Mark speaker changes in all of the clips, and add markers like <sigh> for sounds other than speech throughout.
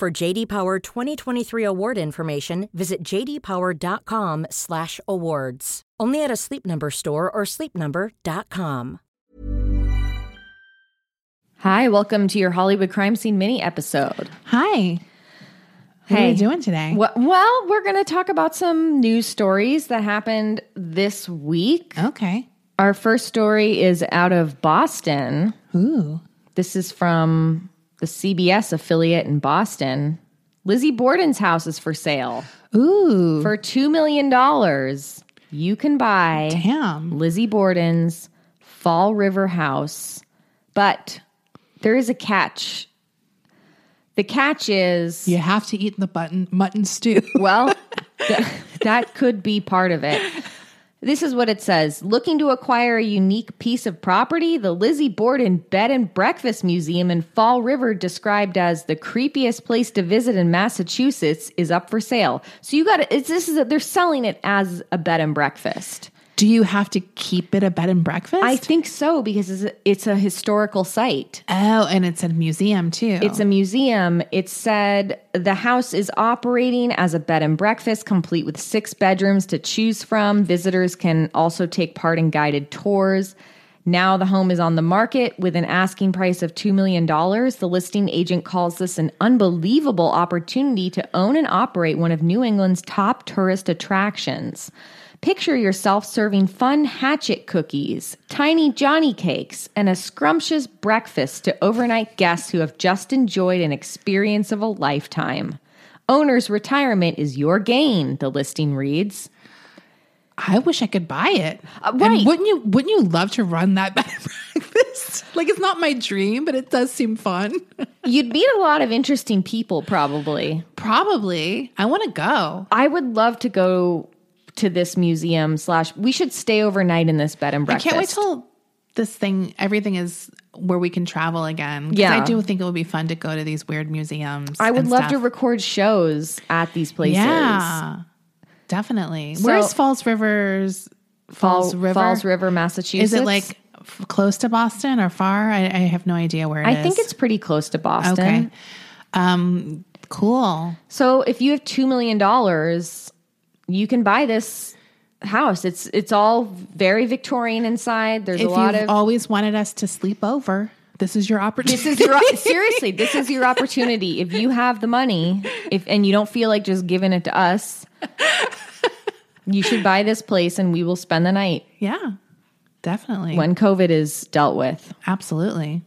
Speaker 1: For JD Power 2023 award information, visit jdpower.com/awards. Only at a Sleep Number store or sleepnumber.com.
Speaker 2: Hi, welcome to your Hollywood crime scene mini episode.
Speaker 3: Hi. How are
Speaker 2: Hey.
Speaker 3: you doing today?
Speaker 2: Well, well we're going to talk about some news stories that happened this week.
Speaker 3: Okay.
Speaker 2: Our first story is out of Boston.
Speaker 3: Ooh.
Speaker 2: This is from the CBS affiliate in Boston. Lizzie Borden's house is for sale
Speaker 3: Ooh.
Speaker 2: for $2 million. You can buy
Speaker 3: Damn.
Speaker 2: Lizzie Borden's Fall River House. But there is a catch. The catch is
Speaker 3: You have to eat the button mutton stew. <laughs>
Speaker 2: well, th- that could be part of it. This is what it says. Looking to acquire a unique piece of property, the Lizzie Borden Bed and Breakfast Museum in Fall River, described as the creepiest place to visit in Massachusetts, is up for sale. So you got to it's this is a, they're selling it as a bed and breakfast.
Speaker 3: Do you have to keep it a bed and breakfast?
Speaker 2: I think so because it's a, it's a historical site.
Speaker 3: oh, and it's a museum too.
Speaker 2: It's a museum. It said the house is operating as a bed and breakfast, complete with six bedrooms to choose from. Visitors can also take part in guided tours. Now the home is on the market with an asking price of $2 million. The listing agent calls this an unbelievable opportunity to own and operate one of New England's top tourist attractions. Picture yourself serving fun hatchet cookies, tiny Johnny cakes, and a scrumptious breakfast to overnight guests who have just enjoyed an experience of a lifetime. Owner's retirement is your gain, the listing reads.
Speaker 3: I wish I could buy it. And
Speaker 2: right.
Speaker 3: wouldn't you wouldn't you love to run that <laughs> bed and breakfast? Like it's not my dream, but it does seem fun. <laughs>
Speaker 2: You'd meet a lot of interesting people, probably.
Speaker 3: Probably. I want to go.
Speaker 2: I would love to go to this museum slash we should stay overnight in this bed and breakfast.
Speaker 3: Can't wait till this thing everything is where we can travel again. 'Cause
Speaker 2: Yeah.
Speaker 3: I do think it would be fun to go to these weird museums.
Speaker 2: I would
Speaker 3: and
Speaker 2: love
Speaker 3: stuff.
Speaker 2: to record shows at these places.
Speaker 3: Yeah, definitely. Where's Falls Rivers? Falls
Speaker 2: Fall-
Speaker 3: River.
Speaker 2: Falls River, Massachusetts.
Speaker 3: Is it like f- close to Boston or far? I, I have no idea where it
Speaker 2: I
Speaker 3: is.
Speaker 2: think it's pretty close to Boston.
Speaker 3: okay. Um, cool.
Speaker 2: So if you have two million dollars, you can buy this house. It's it's all very Victorian inside. There's
Speaker 3: If
Speaker 2: a lot
Speaker 3: you've
Speaker 2: of
Speaker 3: always wanted us to sleep over, this is your opportunity.
Speaker 2: <laughs> this is your seriously. This is your opportunity. If you have the money, if and you don't feel like just giving it to us, you should buy this place and we will spend the night
Speaker 3: <laughs> yeah, definitely.
Speaker 2: when COVID is dealt with.
Speaker 3: Absolutely.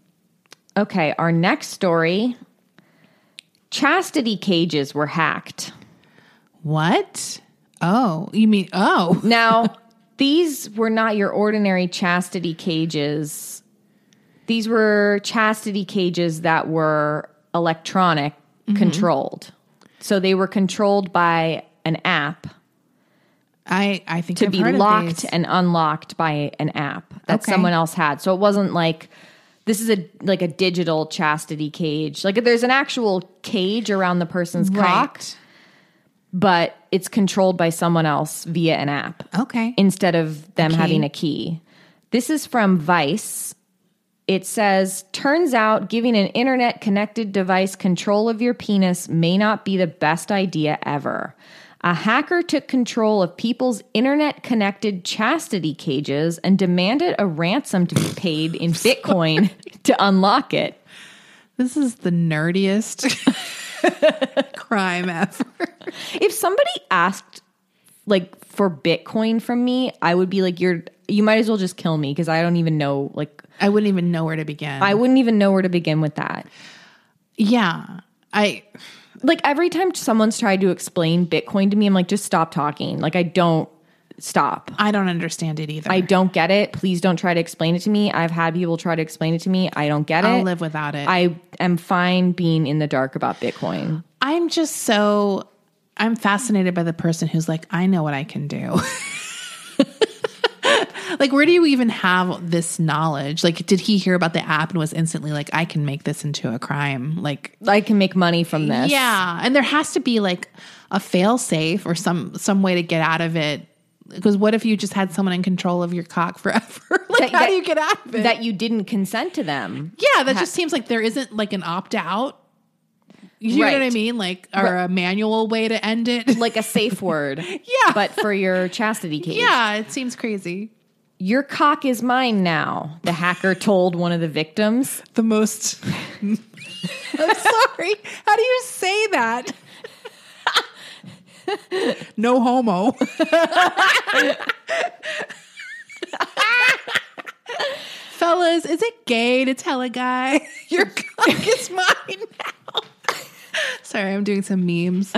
Speaker 2: Okay, our next story. Chastity cages were hacked.
Speaker 3: What? Oh, you mean oh? <laughs>
Speaker 2: Now, these were not your ordinary chastity cages. These were chastity cages that were electronic
Speaker 3: Mm-hmm.
Speaker 2: controlled. So they were controlled by an app
Speaker 3: I I think
Speaker 2: to
Speaker 3: I've
Speaker 2: be
Speaker 3: heard of
Speaker 2: locked
Speaker 3: these.
Speaker 2: and unlocked by an app that
Speaker 3: Okay.
Speaker 2: someone else had. So it wasn't like this is a like a digital chastity cage. Like there's an actual cage around the person's cock,
Speaker 3: Right.
Speaker 2: but it's controlled by someone else via an app
Speaker 3: Okay.
Speaker 2: instead of them
Speaker 3: key.
Speaker 2: having a key. This is from Vice. It says, turns out giving an internet connected device control of your penis may not be the best idea ever. A hacker took control of people's internet connected chastity cages and demanded a ransom to be paid in Bitcoin to unlock it.
Speaker 3: This is
Speaker 2: <laughs>
Speaker 3: the nerdiest <laughs> crime ever.
Speaker 2: If somebody asked like for Bitcoin from me, I would be like, you're, you might as well just kill me because I don't even know, like,
Speaker 3: I wouldn't even know where to begin.
Speaker 2: I wouldn't even know where to begin with that.
Speaker 3: yeah. I
Speaker 2: Like every time someone's tried to explain Bitcoin to me, I'm like, just stop talking. Like I don't stop.
Speaker 3: I don't understand it either.
Speaker 2: I don't get it. Please don't try to explain it to me. I've had people try to explain it to me. I don't get
Speaker 3: I'll
Speaker 2: it.
Speaker 3: live without it.
Speaker 2: I am fine being in the dark about Bitcoin.
Speaker 3: I I'm just so I'm fascinated by the person who's like, I know what I can do. <laughs> like, where do you even have this knowledge? Like, did he hear about the app and was instantly like, I can make this into a crime? Like,
Speaker 2: I can make money from this.
Speaker 3: yeah, and there has to be like a fail safe or some some way to get out of it. Because what if you just had someone in control of your cock forever? <laughs>
Speaker 2: That-
Speaker 3: like, how
Speaker 2: that-
Speaker 3: do you get out of it?
Speaker 2: That you didn't consent to them.
Speaker 3: yeah, that just seems like there isn't like an opt out. You know what I
Speaker 2: Right.
Speaker 3: mean? Like, or a manual way to end it.
Speaker 2: Like a
Speaker 3: <laughs>
Speaker 2: safe word.
Speaker 3: Yeah.
Speaker 2: But for your chastity case.
Speaker 3: Yeah, it seems crazy.
Speaker 2: Your cock is mine now, the hacker told one of the victims.
Speaker 3: The <laughs> most. I'm sorry. How do you say that? no homo. Fellas, is it gay to tell a guy <laughs> your cock is mine <laughs> now? sorry, I'm doing some memes.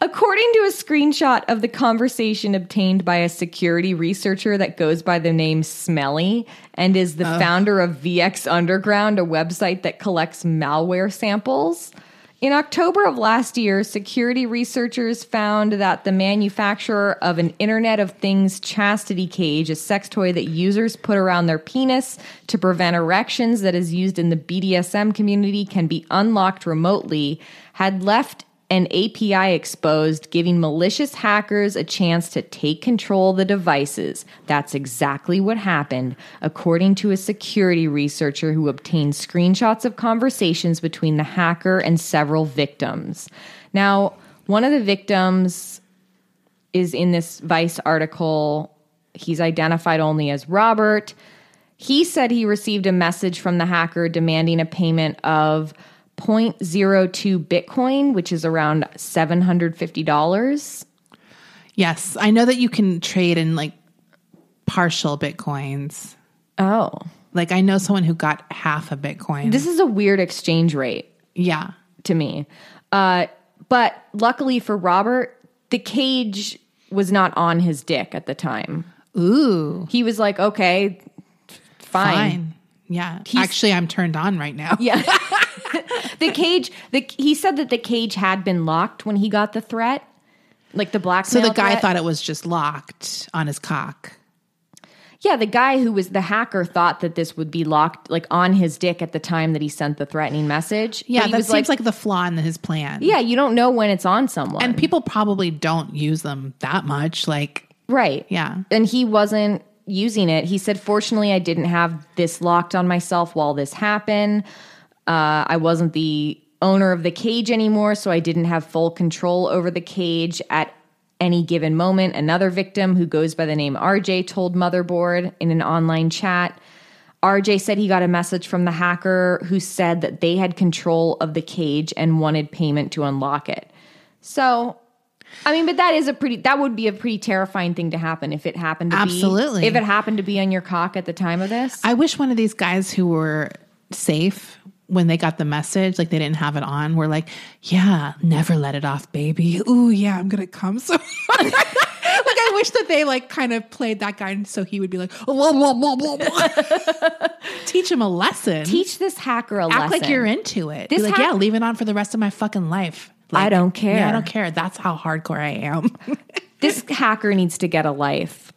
Speaker 2: According to a screenshot of the conversation obtained by a security researcher that goes by the name Smelly and is the founder of VX Underground, a website that collects malware samples. In October of last year, security researchers found that the manufacturer of an Internet of Things chastity cage, a sex toy that users put around their penis to prevent erections that is used in the BDSM community, can be unlocked remotely, had left an API exposed, giving malicious hackers a chance to take control of the devices. That's exactly what happened, according to a security researcher who obtained screenshots of conversations between the hacker and several victims. Now, one of the victims is in this Vice article. He's identified only as Robert. He said he received a message from the hacker demanding a payment of 0.02 Bitcoin, which is around $750.
Speaker 3: Yes, I know that you can trade in like partial bitcoins.
Speaker 2: Oh,
Speaker 3: Like I know someone who got half a bitcoin.
Speaker 2: this is a weird exchange rate.
Speaker 3: yeah.
Speaker 2: to me. Uh, but luckily for Robert, the cage was not on his dick at the time.
Speaker 3: Ooh.
Speaker 2: He was like, okay, fine.
Speaker 3: Fine. Yeah. Actually, I'm turned on right now.
Speaker 2: Yeah. the cage, the, he said that the cage had been locked when he got the threat, like the
Speaker 3: So
Speaker 2: blackmail.
Speaker 3: the guy
Speaker 2: threat.
Speaker 3: thought it was just locked on his cock.
Speaker 2: yeah, the guy who was the hacker thought that this would be locked, like on his dick at the time that he sent the threatening message. But
Speaker 3: Yeah,
Speaker 2: he
Speaker 3: that
Speaker 2: was
Speaker 3: seems like, the flaw in his plan.
Speaker 2: yeah, you don't know when it's on someone.
Speaker 3: And people probably don't use them that much. Like,
Speaker 2: Right.
Speaker 3: Yeah.
Speaker 2: And he wasn't using it. He said, Fortunately, I didn't have this locked on myself while this happened. Uh, I wasn't the owner of the cage anymore, so I didn't have full control over the cage at any given moment. Another victim who goes by the name RJ told Motherboard in an online chat. RJ said he got a message from the hacker who said that they had control of the cage and wanted payment to unlock it. So, I mean, but that is a pretty that would be a pretty terrifying thing to happen if it happened to
Speaker 3: Absolutely.
Speaker 2: be if it happened to be on your cock at the time of this.
Speaker 3: I wish one of these guys who were safe when they got the message, like they didn't have it on, were like, yeah, never let it off, baby. Ooh, yeah, I'm going to come <laughs> so hard. like, I wish that they like kind of played that guy so he would be like, blah, blah, blah,
Speaker 2: <laughs>
Speaker 3: blah, blah. teach him a lesson.
Speaker 2: Teach this hacker a
Speaker 3: Act
Speaker 2: lesson.
Speaker 3: like you're into it.
Speaker 2: This
Speaker 3: be like,
Speaker 2: hack-
Speaker 3: yeah, leave it on for the rest of my fucking life.
Speaker 2: I
Speaker 3: Like,
Speaker 2: don't care.
Speaker 3: Yeah, I don't care. That's how hardcore I am. <laughs>
Speaker 2: This hacker needs to get a life.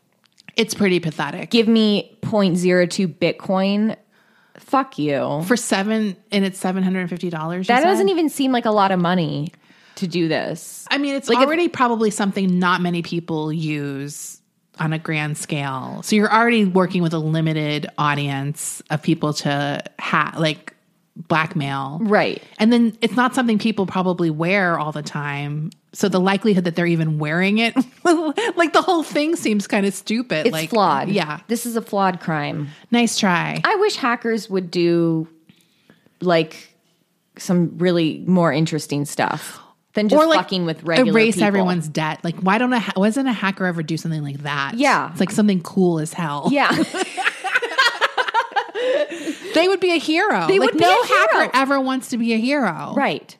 Speaker 3: it's pretty pathetic.
Speaker 2: Give me 0.02 Bitcoin. Fuck you.
Speaker 3: For seven, and it's seven hundred and fifty dollars.
Speaker 2: That doesn't even seem like a lot of money to do this.
Speaker 3: I mean, it's already probably something not many people use on a grand scale. So you're already working with a limited audience of people to ha- like blackmail.
Speaker 2: Right.
Speaker 3: And then it's not something people probably wear all the time. So the likelihood that they're even wearing it, <laughs> like the whole thing seems kind of stupid.
Speaker 2: It's
Speaker 3: like
Speaker 2: flawed.
Speaker 3: Yeah.
Speaker 2: This is a flawed crime.
Speaker 3: Nice try.
Speaker 2: I wish hackers would do like some really more interesting stuff than just fucking with regular
Speaker 3: erase
Speaker 2: people.
Speaker 3: everyone's debt. Like why don't a ha- why doesn't a hacker ever do something like that?
Speaker 2: Yeah.
Speaker 3: It's like something cool as hell.
Speaker 2: <laughs> Yeah. <laughs>
Speaker 3: They would be a hero.
Speaker 2: They
Speaker 3: like,
Speaker 2: would be
Speaker 3: no
Speaker 2: a hero.
Speaker 3: hacker ever wants to be a hero.
Speaker 2: right.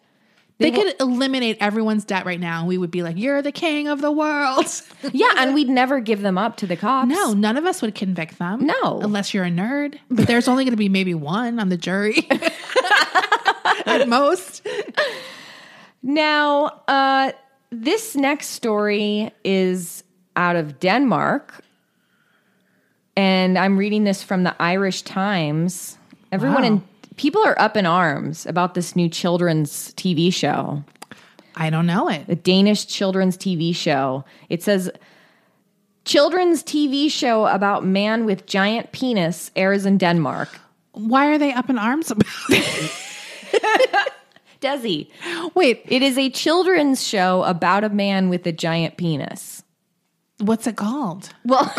Speaker 3: They, could eliminate everyone's debt right now and we would be like, You're the king of
Speaker 2: <laughs>
Speaker 3: the world.
Speaker 2: Yeah, and we'd never give them up to the cops.
Speaker 3: no, none of us would convict them.
Speaker 2: No.
Speaker 3: Unless you're a nerd. But there's only gonna
Speaker 2: <laughs>
Speaker 3: <laughs> be maybe one on the jury. At most.
Speaker 2: Now, uh, this next story is out of Denmark. And I'm reading this from the Irish Times. Everyone
Speaker 3: Wow.
Speaker 2: in people are up in arms about this new children's TV show,
Speaker 3: I don't know it.
Speaker 2: the Danish children's TV show. It says children's TV show about man with giant penis airs in Denmark.
Speaker 3: Why are they up in
Speaker 2: <laughs>
Speaker 3: arms about it?
Speaker 2: Desi,
Speaker 3: Wait,
Speaker 2: it is a children's show about a man with a giant penis.
Speaker 3: what's it called?
Speaker 2: Well,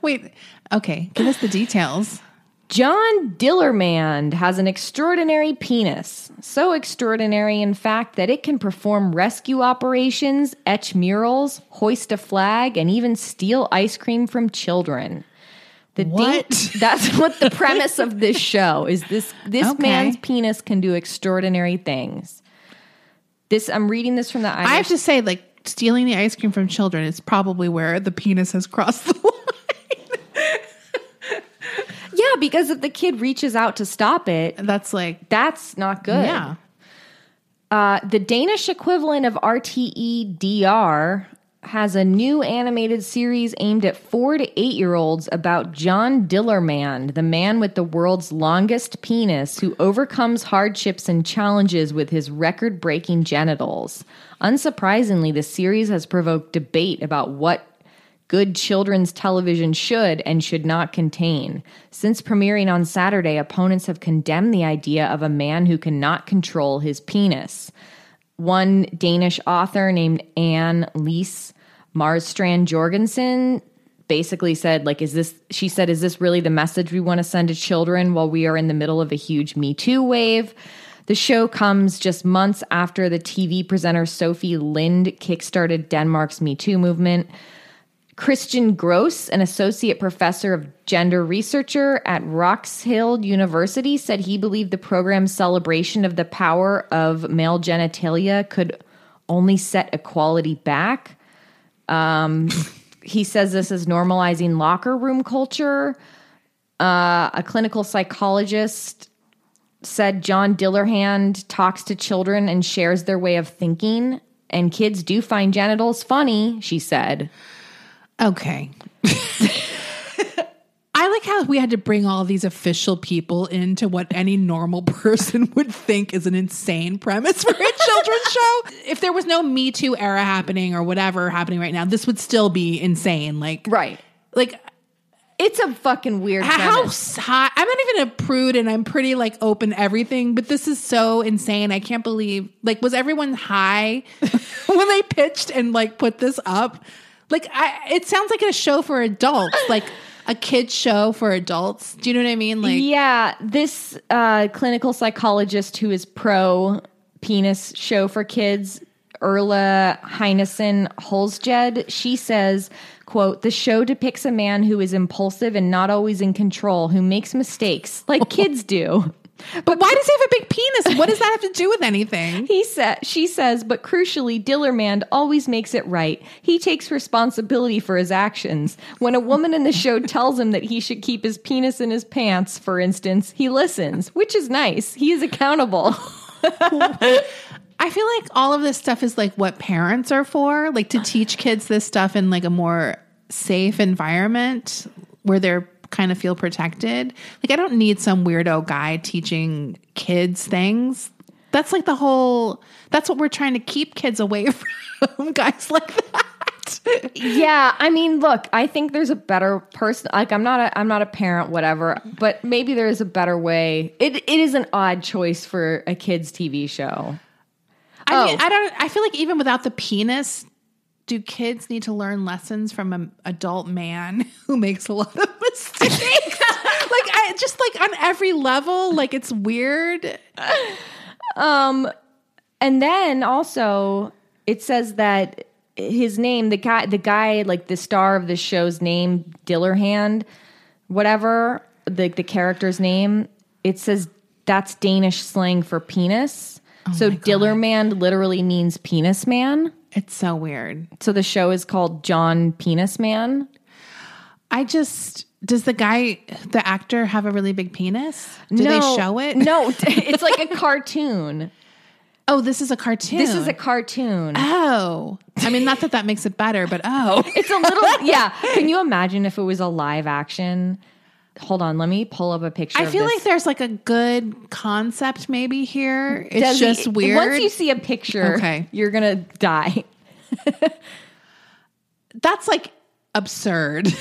Speaker 3: Wait, okay, give us the details.
Speaker 2: John Dillermand has an extraordinary penis. So extraordinary, in fact, that it can perform rescue operations, etch murals, hoist a flag, and even steal ice cream from children. The ding-
Speaker 3: What?
Speaker 2: <laughs> that's what the premise of this show is. This this
Speaker 3: Okay.
Speaker 2: man's penis can do extraordinary things. This I'm reading this from the Irish.
Speaker 3: I have to say, like, stealing the ice cream from children is probably where the penis has crossed the <laughs> line.
Speaker 2: yeah, because if the kid reaches out to stop it,
Speaker 3: That's like,
Speaker 2: that's not good.
Speaker 3: yeah.
Speaker 2: Uh, the Danish equivalent of RTE DR has a new animated series aimed at four to eight year olds about John Dillermand, the man with the world's longest penis who overcomes hardships and challenges with his record breaking genitals. Unsurprisingly, the series has provoked debate about what good children's television should and should not contain. Since premiering on Saturday, opponents have condemned the idea of a man who cannot control his penis. One Danish author named Anne Lise Marstrand Jorgensen basically said like is this she said is this really the message we want to send to children while we are in the middle of a huge me too wave the show comes just months after the tv presenter sophie lind kickstarted denmark's me too movement Christian Gross, an associate professor of gender researcher at Roxhill University, said he believed the program's celebration of the power of male genitalia could only set equality back. Um, <laughs> he says this is normalizing locker room culture. Uh, a clinical psychologist said John Dillerhand talks to children and shares their way of thinking. And kids do find genitals funny, she said.
Speaker 3: Okay. I like how we had to bring all these official people into what any normal <laughs> person would think is an insane premise for a children's show. If there was no Me Too era happening or whatever happening right now, this would still be insane. Like,
Speaker 2: Right.
Speaker 3: like
Speaker 2: It's a fucking weird
Speaker 3: how
Speaker 2: premise.
Speaker 3: high? I'm not even a prude, and I'm pretty like open to everything. But this is so insane. I can't believe. Like, was everyone high <laughs> when they pitched and like put this up? Like, I, it sounds like a show for adults, like a kids show for adults. Do you know what I mean? Like,
Speaker 2: yeah, this uh, clinical psychologist who is pro penis show for kids, Erla Heinesen Holzjed, she says, quote, the show depicts a man who is impulsive and not always in control, who makes mistakes like kids do.
Speaker 3: <laughs> but why does he have a big penis? What does that have to do with anything?
Speaker 2: He said, she says, but crucially, Dillermand always makes it right. He takes responsibility for his actions. When a woman in the <laughs> show tells him that he should keep his penis in his pants, for instance, he listens, which is nice. He is accountable.
Speaker 3: I feel like all of this stuff is like what parents are for, like to teach kids this stuff in like a more safe environment where they're kind of feel protected. Like I don't need some weirdo guy teaching kids things. That's like the whole that's what we're trying to keep kids away <laughs> from guys like that.
Speaker 2: <laughs> yeah, I mean, look, I think there's a better person. Like, I'm not a, I'm not a parent, whatever, but maybe there is a better way. It, it is an odd choice for a kids' TV show.
Speaker 3: I mean,
Speaker 2: Oh.
Speaker 3: I don't I feel like even without the penis do kids need to learn lessons from an adult man <laughs> who makes a lot of
Speaker 2: <laughs>
Speaker 3: mistakes? like I just like on every level, like it's weird.
Speaker 2: And then also it says that his name, the guy the guy, like the star of the show's name, Dillerhand, whatever, the the character's name, it says that's Danish slang for penis.
Speaker 3: Oh
Speaker 2: so Dillermand literally means penis man.
Speaker 3: It's so weird.
Speaker 2: So the show is called John Penis Man.
Speaker 3: I just Does the guy, the actor, have a really big penis? Do they show it? <laughs>
Speaker 2: No, it's like a cartoon.
Speaker 3: Oh, this is a cartoon.
Speaker 2: This is a cartoon.
Speaker 3: Oh, I mean, not that that makes it better, but oh,
Speaker 2: <laughs> It's a little yeah. Can you imagine if it was a live action? Hold on, let me pull up a picture.
Speaker 3: I
Speaker 2: of
Speaker 3: feel
Speaker 2: this.
Speaker 3: like there's like a good concept maybe here. It's
Speaker 2: Does
Speaker 3: just
Speaker 2: it-
Speaker 3: weird.
Speaker 2: e- Once you see a picture,
Speaker 3: Okay.
Speaker 2: you're gonna die.
Speaker 3: That's like absurd. <laughs>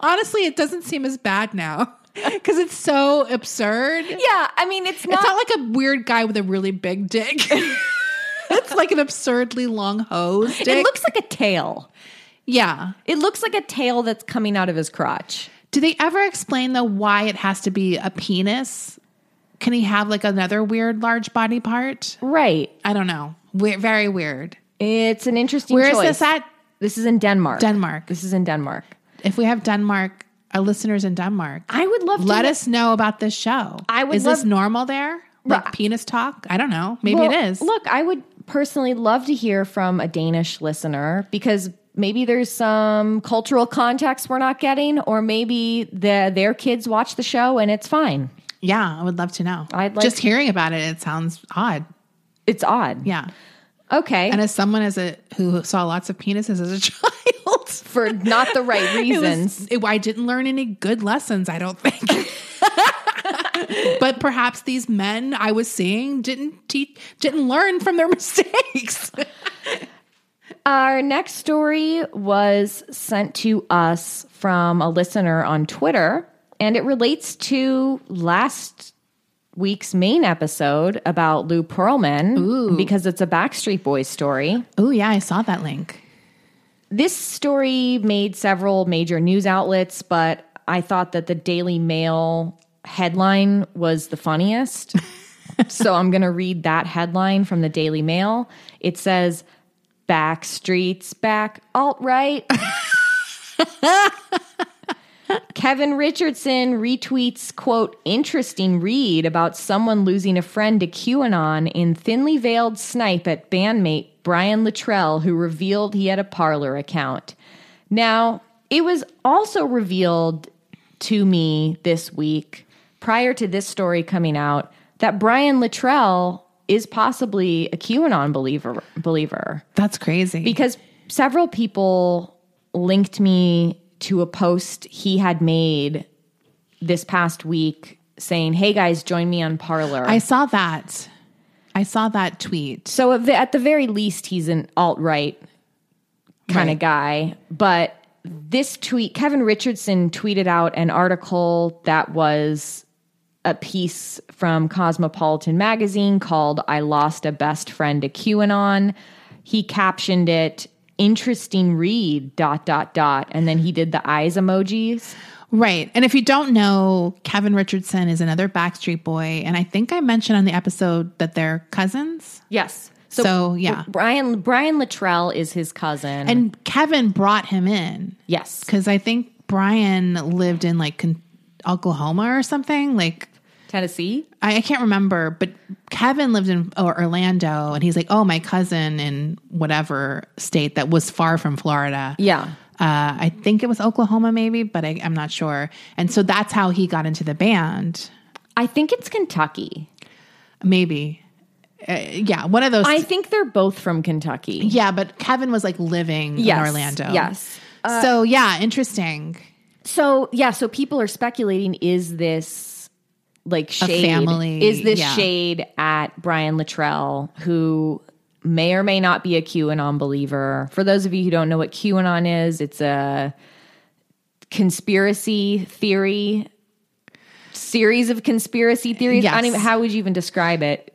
Speaker 3: Honestly, it doesn't seem as bad now <laughs> because it's so absurd.
Speaker 2: Yeah, I mean it's not.
Speaker 3: It's not like a weird guy with a really big dick. <laughs> it's like an absurdly long hose dick.
Speaker 2: it looks like a tail.
Speaker 3: yeah.
Speaker 2: It looks like a tail that's coming out of his crotch.
Speaker 3: Do they ever explain though why it has to be a penis? Can he have like another weird large body part?
Speaker 2: Right.
Speaker 3: I don't know. we very weird.
Speaker 2: It's an interesting.
Speaker 3: Where is
Speaker 2: choice.
Speaker 3: this at?
Speaker 2: This is in Denmark.
Speaker 3: Denmark.
Speaker 2: This is in Denmark.
Speaker 3: If we have Denmark, our listeners in Denmark,
Speaker 2: I would love to
Speaker 3: let
Speaker 2: know-
Speaker 3: us know about this show.
Speaker 2: I would
Speaker 3: Is this
Speaker 2: love-
Speaker 3: normal there? Like penis talk? I don't know. Maybe
Speaker 2: Well,
Speaker 3: it is.
Speaker 2: Look, I would personally love to hear from a Danish listener because maybe there's some cultural context we're not getting, or maybe the, their kids watch the show and it's fine.
Speaker 3: yeah, I would love to know.
Speaker 2: I'd like-
Speaker 3: Just hearing about it, it sounds odd.
Speaker 2: It's odd.
Speaker 3: Yeah.
Speaker 2: Okay.
Speaker 3: And as someone as a who saw lots of penises as a <laughs> child,
Speaker 2: for not the right
Speaker 3: <laughs> it was-
Speaker 2: reasons.
Speaker 3: it- I didn't learn any good lessons, I
Speaker 2: <laughs>
Speaker 3: don't think. but perhaps these men I was seeing didn't teach, didn't learn from their <laughs> mistakes.
Speaker 2: Our next story was sent to us from a listener on Twitter, and it relates to last week's main episode about Lou Pearlman because it's a Backstreet Boys story.
Speaker 3: oh yeah, I saw that link.
Speaker 2: This story made several major news outlets, but I thought that the Daily Mail headline was the funniest. so I'm going to read that headline from the Daily Mail. It says, Backstreet's back, alt right. Kevin Richardson retweets, quote, interesting read about someone losing a friend to QAnon in thinly veiled snipe at bandmate Brian Luttrell, who revealed he had a parlor account. Now, it was also revealed to me this week, prior to this story coming out, that Brian Luttrell is possibly a QAnon believer believer
Speaker 3: That's crazy.
Speaker 2: because several people linked me to a post he had made this past week saying, "Hey guys, join me on Parlor."
Speaker 3: I saw that. I saw that tweet.
Speaker 2: so at the, at the very least, he's an alt right kind of
Speaker 3: Right.
Speaker 2: guy. But this tweet, Kevin Richardson tweeted out an article that was a piece from Cosmopolitan magazine called I Lost a Best Friend to QAnon. He captioned it interesting read dot dot dot and then he did the eyes emojis.
Speaker 3: Right. And if you don't know, Kevin Richardson is another Backstreet Boy. And I think I mentioned on the episode that they're cousins.
Speaker 2: Yes.
Speaker 3: So,
Speaker 2: So,
Speaker 3: yeah.
Speaker 2: Brian Brian Luttrell is his cousin.
Speaker 3: And Kevin brought him in
Speaker 2: yes.
Speaker 3: because I think Brian lived in like Con- Oklahoma or something. Like,
Speaker 2: Tennessee?
Speaker 3: I, I can't remember, but Kevin lived in oh, Orlando and he's like, oh, my cousin in whatever state that was far from Florida.
Speaker 2: Yeah.
Speaker 3: Uh, I think it was Oklahoma, maybe, but I, I'm not sure. And so that's how he got into the band.
Speaker 2: I think it's Kentucky.
Speaker 3: Maybe. Uh, yeah, one of those.
Speaker 2: I think they're both from Kentucky.
Speaker 3: yeah, but Kevin was like living
Speaker 2: Yes,
Speaker 3: in Orlando.
Speaker 2: yes. Uh,
Speaker 3: so yeah, interesting.
Speaker 2: So yeah, so people are speculating: is this like shade?
Speaker 3: family,
Speaker 2: Is this
Speaker 3: yeah.
Speaker 2: shade at Brian Luttrell, who may or may not be a QAnon believer? For those of you who don't know what QAnon is, it's a conspiracy theory series of conspiracy theories. I don't
Speaker 3: Yes.
Speaker 2: even, how would you even describe it?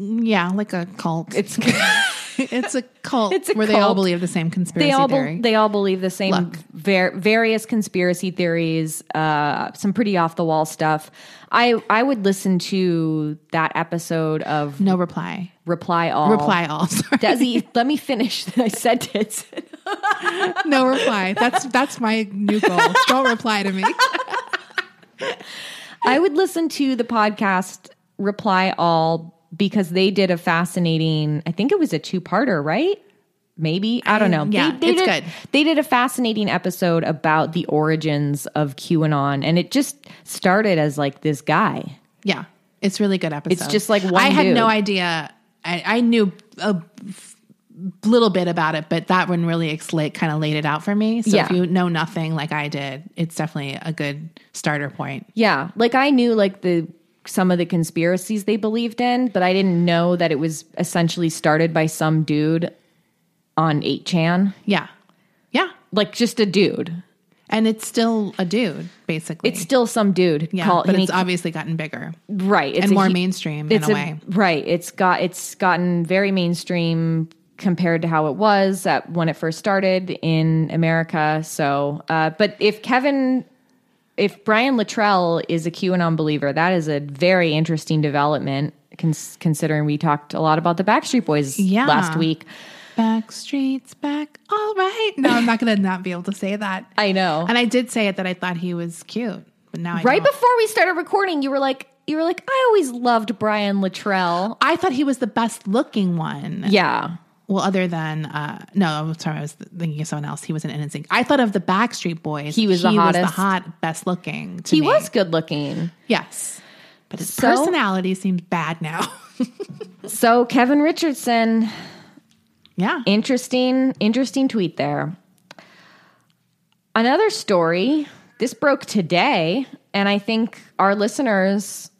Speaker 3: Yeah, like a cult. It's
Speaker 2: It's
Speaker 3: <laughs>
Speaker 2: <laughs>
Speaker 3: it's a cult
Speaker 2: It's a
Speaker 3: where they all
Speaker 2: cult.
Speaker 3: believe the same conspiracy
Speaker 2: they all
Speaker 3: theory.
Speaker 2: bel they all believe the same
Speaker 3: Look.
Speaker 2: var- various conspiracy theories uh, some pretty off the wall stuff i i would listen to that episode of
Speaker 3: no reply.
Speaker 2: reply all
Speaker 3: Reply all. Sorry. <laughs>
Speaker 2: Desi, let me finish <laughs> my sentence.
Speaker 3: no reply. That's that's my
Speaker 2: <laughs>
Speaker 3: new goal. Don't reply to me.
Speaker 2: I would listen to the podcast Reply All because they did a fascinating, I think it was a two parter, right? maybe i don't know
Speaker 3: yeah,
Speaker 2: they, they
Speaker 3: it's
Speaker 2: did,
Speaker 3: good.
Speaker 2: they did a fascinating episode about the origins of qanon and it just started as like this guy
Speaker 3: Yeah, it's really good episode.
Speaker 2: just like one
Speaker 3: I had
Speaker 2: dude.
Speaker 3: no idea. I, I knew a f- little bit about it, but that one really ex- kind of laid it out for me. So if
Speaker 2: Yeah.
Speaker 3: you know nothing like I did, it's definitely a good starter point.
Speaker 2: yeah like i knew like the some of the conspiracies they believed in but i didn't know that it was essentially started by some dude on 8chan
Speaker 3: Yeah, yeah,
Speaker 2: like just a dude
Speaker 3: and it's still a dude basically.
Speaker 2: it's still some dude
Speaker 3: yeah,
Speaker 2: call-
Speaker 3: but
Speaker 2: and
Speaker 3: it's
Speaker 2: he-
Speaker 3: obviously gotten bigger
Speaker 2: right it's
Speaker 3: and
Speaker 2: a
Speaker 3: more
Speaker 2: hu-
Speaker 3: mainstream
Speaker 2: it's
Speaker 3: in a, way.
Speaker 2: right it's got it's gotten very mainstream compared to how it was at, when it first started in america so uh, but if kevin if brian Luttrell is a qanon believer that is a very interesting development cons- considering we talked a lot about the backstreet boys
Speaker 3: Yeah.
Speaker 2: last week
Speaker 3: Back streets, back. All right. No, I'm not going to not be able to say that.
Speaker 2: i know
Speaker 3: and I did say it that I thought he was cute, but now I
Speaker 2: right
Speaker 3: don't.
Speaker 2: before we started recording you were like you were like i always loved brian Luttrell.
Speaker 3: I thought he was the best looking one.
Speaker 2: yeah
Speaker 3: Well, other than uh, no, I'm sorry, I was thinking of someone else. He was an innocent. I thought of the Backstreet Boys.
Speaker 2: He was the hottest.
Speaker 3: hot, best looking. To
Speaker 2: he
Speaker 3: me.
Speaker 2: was good looking
Speaker 3: Yes, but his
Speaker 2: So-
Speaker 3: personality seems bad now. <laughs>
Speaker 2: so kevin richardson
Speaker 3: yeah.
Speaker 2: Interesting, interesting tweet there. Another story. This broke today, and I think our listeners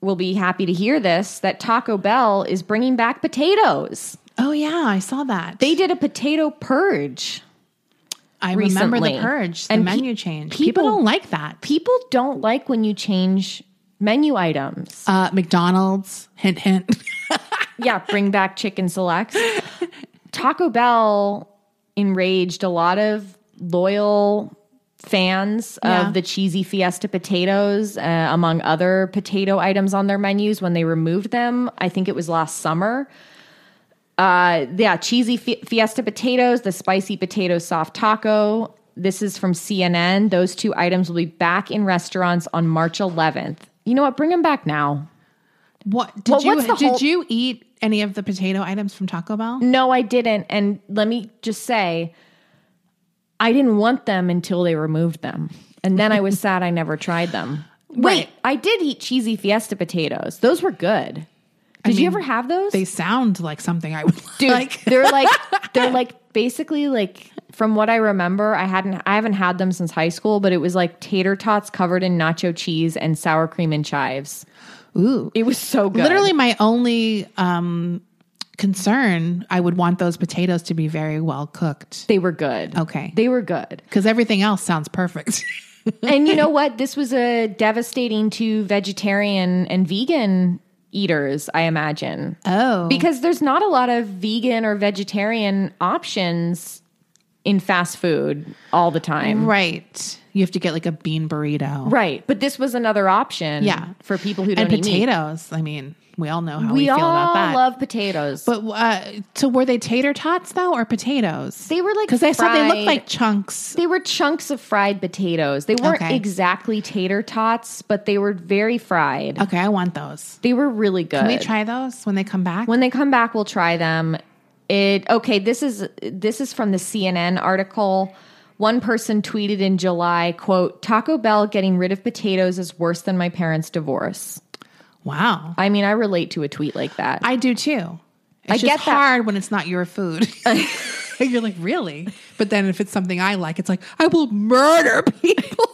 Speaker 2: will be happy to hear this that Taco Bell is bringing back potatoes.
Speaker 3: oh yeah, I saw that.
Speaker 2: They did a potato purge.
Speaker 3: I remember the
Speaker 2: recently.
Speaker 3: purge, the
Speaker 2: And pe-
Speaker 3: menu change. People,
Speaker 2: people-
Speaker 3: don't like that.
Speaker 2: People don't like when you change menu items.
Speaker 3: Uh, McDonald's, hint hint. <laughs>
Speaker 2: yeah, bring back chicken selects. Taco Bell enraged a lot of loyal fans
Speaker 3: Yeah.
Speaker 2: of the cheesy fiesta potatoes, uh, among other potato items on their menus when they removed them. I think it was last summer. Uh, yeah, cheesy fi- fiesta potatoes, the spicy potato soft taco. This is from CNN. Those two items will be back in restaurants on March 11th. You know what? Bring them back now.
Speaker 3: What did
Speaker 2: Well,
Speaker 3: you
Speaker 2: what's the
Speaker 3: did
Speaker 2: whole-
Speaker 3: you eat any of the potato items from Taco Bell?
Speaker 2: No, I didn't. And let me just say, I didn't want them until they removed them. And then I
Speaker 3: <laughs>
Speaker 2: was sad I never tried them. Wait,
Speaker 3: Right.
Speaker 2: I did eat cheesy fiesta potatoes. Those were good. Did you ever have those?
Speaker 3: They sound like something I would
Speaker 2: Dude,
Speaker 3: like.
Speaker 2: they're like
Speaker 3: <laughs>
Speaker 2: they're like basically like from what I remember, I hadn't I haven't had them since high school, but it was like tater tots covered in nacho cheese and sour cream and chives.
Speaker 3: Ooh.
Speaker 2: It was so good.
Speaker 3: Literally, my only um, concern, I would want those potatoes to be very well cooked
Speaker 2: they were good.
Speaker 3: Okay.
Speaker 2: They were good.
Speaker 3: because everything else sounds perfect. <laughs>
Speaker 2: and you know what? This was a devastating to vegetarian and vegan eaters, I imagine,
Speaker 3: oh,
Speaker 2: because there's not a lot of vegan or vegetarian options in fast food all the time.
Speaker 3: right. You have to get like a bean burrito
Speaker 2: Right. But this was another option
Speaker 3: Yeah.
Speaker 2: for people who don't
Speaker 3: and
Speaker 2: eat meat.
Speaker 3: potatoes. I mean, we all know how we,
Speaker 2: We,
Speaker 3: feel
Speaker 2: all
Speaker 3: about that.
Speaker 2: love potatoes.
Speaker 3: but uh, so were they tater tots though, or potatoes?
Speaker 2: they were like
Speaker 3: Because I saw they looked
Speaker 2: fried-
Speaker 3: like chunks.
Speaker 2: they were chunks of fried potatoes. They weren't
Speaker 3: Okay.
Speaker 2: exactly tater tots, but they were very fried.
Speaker 3: Okay, I want those.
Speaker 2: They were really good.
Speaker 3: Oh. Can we try those when they come back?
Speaker 2: when they come back we'll try them it okay this is this is from the cnn article one person tweeted in july quote taco bell getting rid of potatoes is worse than my parents divorce
Speaker 3: wow,
Speaker 2: i mean i relate to a tweet like that
Speaker 3: I do too. It's
Speaker 2: I
Speaker 3: just
Speaker 2: get that.
Speaker 3: hard when it's not your <laughs> food. You're like, really? But then if it's something I like, it's like, I will murder <laughs> people.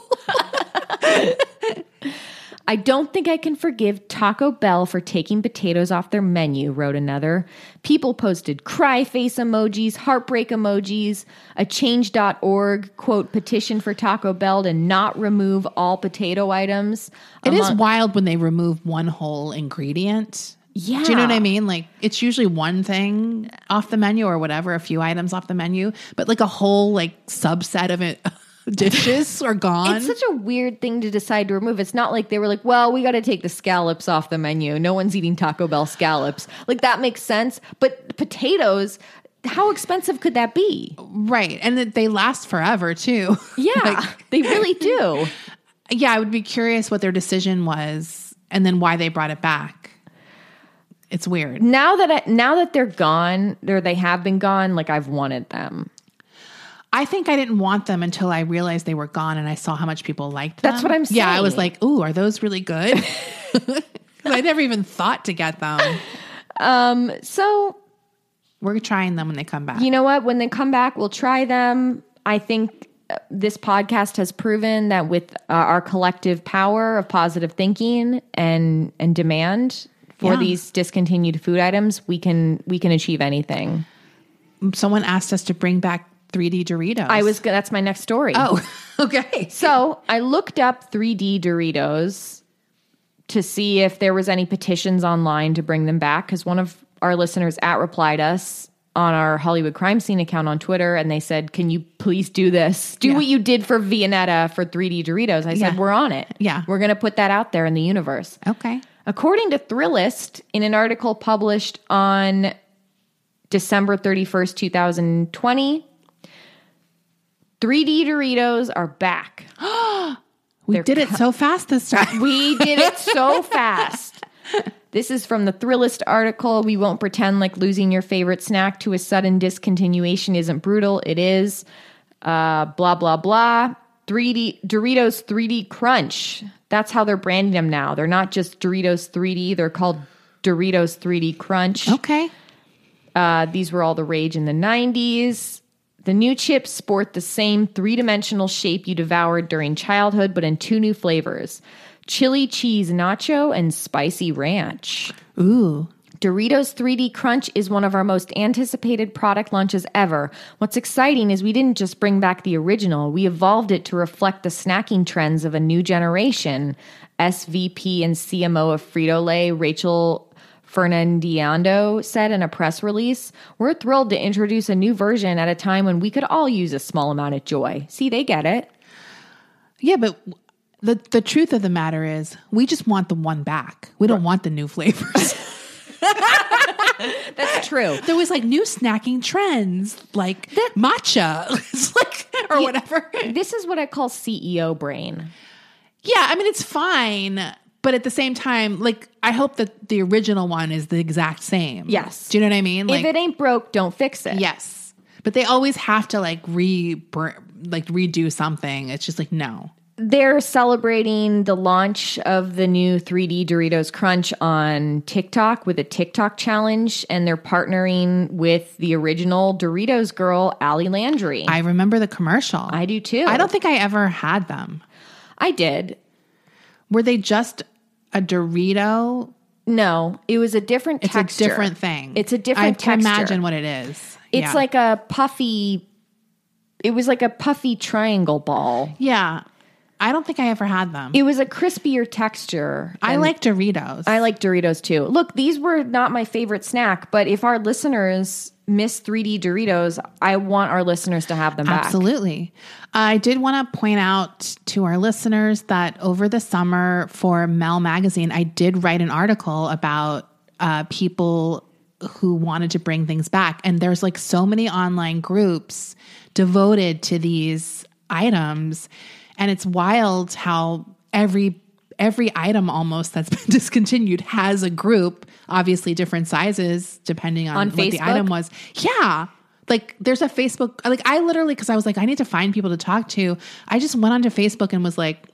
Speaker 2: I don't think I can forgive Taco Bell for taking potatoes off their menu, wrote another. People posted cry face emojis, heartbreak emojis, a change.org quote petition for Taco Bell to not remove all potato items.
Speaker 3: It is
Speaker 2: among-
Speaker 3: wild when they remove one whole ingredient.
Speaker 2: Yeah.
Speaker 3: Do you know what I mean? Like, it's usually one thing off the menu or whatever, a few items off the menu, but like a whole like subset of it <laughs> dishes are gone.
Speaker 2: It's such a weird thing to decide to remove. It's not like they were like, well, we got to take the scallops off the menu. No one's eating Taco Bell scallops. Like that makes sense. But potatoes, how expensive could that be?
Speaker 3: right. And that they last forever <laughs> too.
Speaker 2: Yeah, <laughs>
Speaker 3: Like,
Speaker 2: they really do.
Speaker 3: yeah, I would be curious what their decision was and then why they brought it back. It's weird.
Speaker 2: Now that I, now that they're gone, or they have been gone, like I've wanted them.
Speaker 3: I think I didn't want them until I realized they were gone and I saw how much people liked them.
Speaker 2: That's what I'm
Speaker 3: Yeah, I was
Speaker 2: saying.
Speaker 3: like, ooh, are those really good?
Speaker 2: <laughs>
Speaker 3: <laughs> 'Cause I never even thought to get them.
Speaker 2: So
Speaker 3: We're trying them when they come back.
Speaker 2: you know what? When they come back, we'll try them. I think uh, this podcast has proven that with uh, our collective power of positive thinking and and demand for
Speaker 3: Yeah.
Speaker 2: these discontinued food items, we can we can achieve anything.
Speaker 3: Someone asked us to bring back 3D Doritos.
Speaker 2: I was gonna- that's my next story. <laughs>
Speaker 3: Oh, okay.
Speaker 2: So I looked up 3D Doritos to see if there was any petitions online to bring them back because one of our listeners at replied us on our Hollywood crime scene account on Twitter and they said, Can you please do this? Do what you did for Vianetta for 3D Doritos. I
Speaker 3: Yeah.
Speaker 2: said, We're on it.
Speaker 3: Yeah.
Speaker 2: We're gonna put that out there in the universe.
Speaker 3: Okay.
Speaker 2: According to Thrillist, in an article published on December 31st, 2020, 3D Doritos are back.
Speaker 3: We did it so fast this
Speaker 2: <laughs>
Speaker 3: time. <laughs>
Speaker 2: We did it so fast. This is from the Thrillist article. We won't pretend like losing your favorite snack to a sudden discontinuation isn't brutal. It is. Uh, blah, blah, blah. 3D Doritos 3D Crunch. That's how they're branding them now. They're not just Doritos 3D, they're called Doritos 3D Crunch.
Speaker 3: okay.
Speaker 2: Uh, these were all the rage in the 90s. The new chips sport the same three dimensional shape you devoured during childhood, but in two new flavors chili cheese nacho and spicy ranch.
Speaker 3: Ooh.
Speaker 2: Doritos 3D Crunch is one of our most anticipated product launches ever. What's exciting is we didn't just bring back the original, we evolved it to reflect the snacking trends of a new generation. SVP and CMO of Frito Lay, Rachel Fernandando, said in a press release We're thrilled to introduce a new version at a time when we could all use a small amount of joy. See, they get it.
Speaker 3: Yeah, but the the truth of the matter is, we just want the one back. We don't want the
Speaker 2: <laughs>
Speaker 3: new flavors.
Speaker 2: That's true.
Speaker 3: there was like new snacking trends, like matcha, <laughs> it's like or whatever.
Speaker 2: this is what I call CEO brain.
Speaker 3: Yeah, I mean it's fine, but at the same time, like I hope that the original one is the exact same.
Speaker 2: Yes.
Speaker 3: Do you know what I mean? Like
Speaker 2: if it ain't broke, don't fix it.
Speaker 3: yes, but they always have to like re like redo something. It's just like no.
Speaker 2: they're celebrating the launch of the new 3D Doritos Crunch on TikTok with a TikTok challenge, and they're partnering with the original Doritos girl, Allie Landry. I,
Speaker 3: I remember the commercial. I
Speaker 2: do too.
Speaker 3: I don't think I ever had them.
Speaker 2: I did.
Speaker 3: Were they just a Dorito?
Speaker 2: No, it was a different
Speaker 3: It's
Speaker 2: texture.
Speaker 3: a different thing.
Speaker 2: It's a different
Speaker 3: I can
Speaker 2: texture.
Speaker 3: imagine what it is.
Speaker 2: It's
Speaker 3: Yeah.
Speaker 2: like a puffy. It was like a puffy triangle ball.
Speaker 3: yeah. I don't think I ever had them.
Speaker 2: It was a crispier texture.
Speaker 3: I like Doritos.
Speaker 2: I like Doritos too. Look, these were not my favorite snack, but if our listeners miss 3D Doritos, I want our listeners to have them back.
Speaker 3: Absolutely. I did want to point out to our listeners that over the summer for Mel Magazine, I did write an article about uh, people who wanted to bring things back. And there's like so many online groups devoted to these items. And it's wild how every every item almost that's <laughs> been discontinued has a group obviously different sizes depending on,
Speaker 2: On
Speaker 3: what the
Speaker 2: Facebook?
Speaker 3: item was yeah like there's a facebook like i literally because i was like i need to find people to talk to i just went onto facebook and was like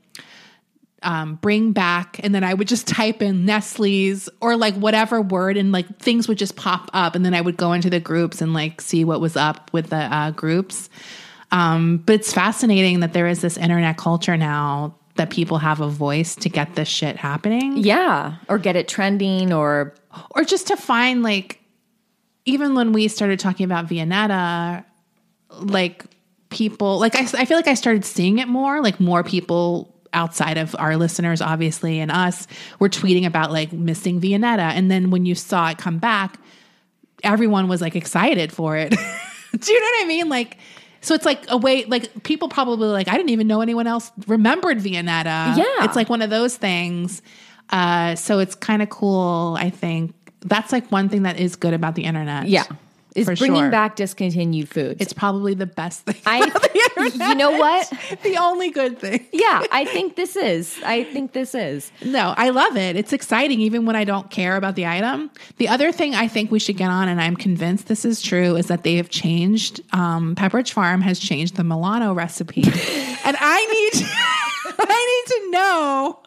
Speaker 3: um, bring back and then i would just <laughs> type in nestle's or like whatever word and like things would just pop up and then i would go into the groups and like see what was up with the uh, groups um, but it's fascinating that there is this internet culture now that people have a voice to get this shit happening
Speaker 2: Yeah, or get it trending or
Speaker 3: or just to find like even when we started talking about Vianetta, like people like I, I feel like I started seeing it more, like more people outside of our listeners obviously and us were tweeting about like missing Vianetta and then when you saw it come back everyone was like excited for it. <laughs> Do you know what I mean? Like so it's like a way like people probably like I didn't even know anyone else remembered Vianetta.
Speaker 2: Yeah.
Speaker 3: It's like one of those things. Uh so it's kind of cool, I think. That's like one thing that is good about the internet.
Speaker 2: yeah, is
Speaker 3: For
Speaker 2: bringing
Speaker 3: sure.
Speaker 2: back discontinued foods.
Speaker 3: It's probably <laughs> the best thing.
Speaker 2: I <laughs> you know what?
Speaker 3: <laughs> the only good thing.
Speaker 2: Yeah, I think this is. I think this is.
Speaker 3: No, I love it. It's exciting even when I don't care about the item. The other thing I think we should get on, and I'm convinced this is true, is that they have changed, um, Pepperidge Farm has changed the Milano recipe. and I need, I need to <laughs> know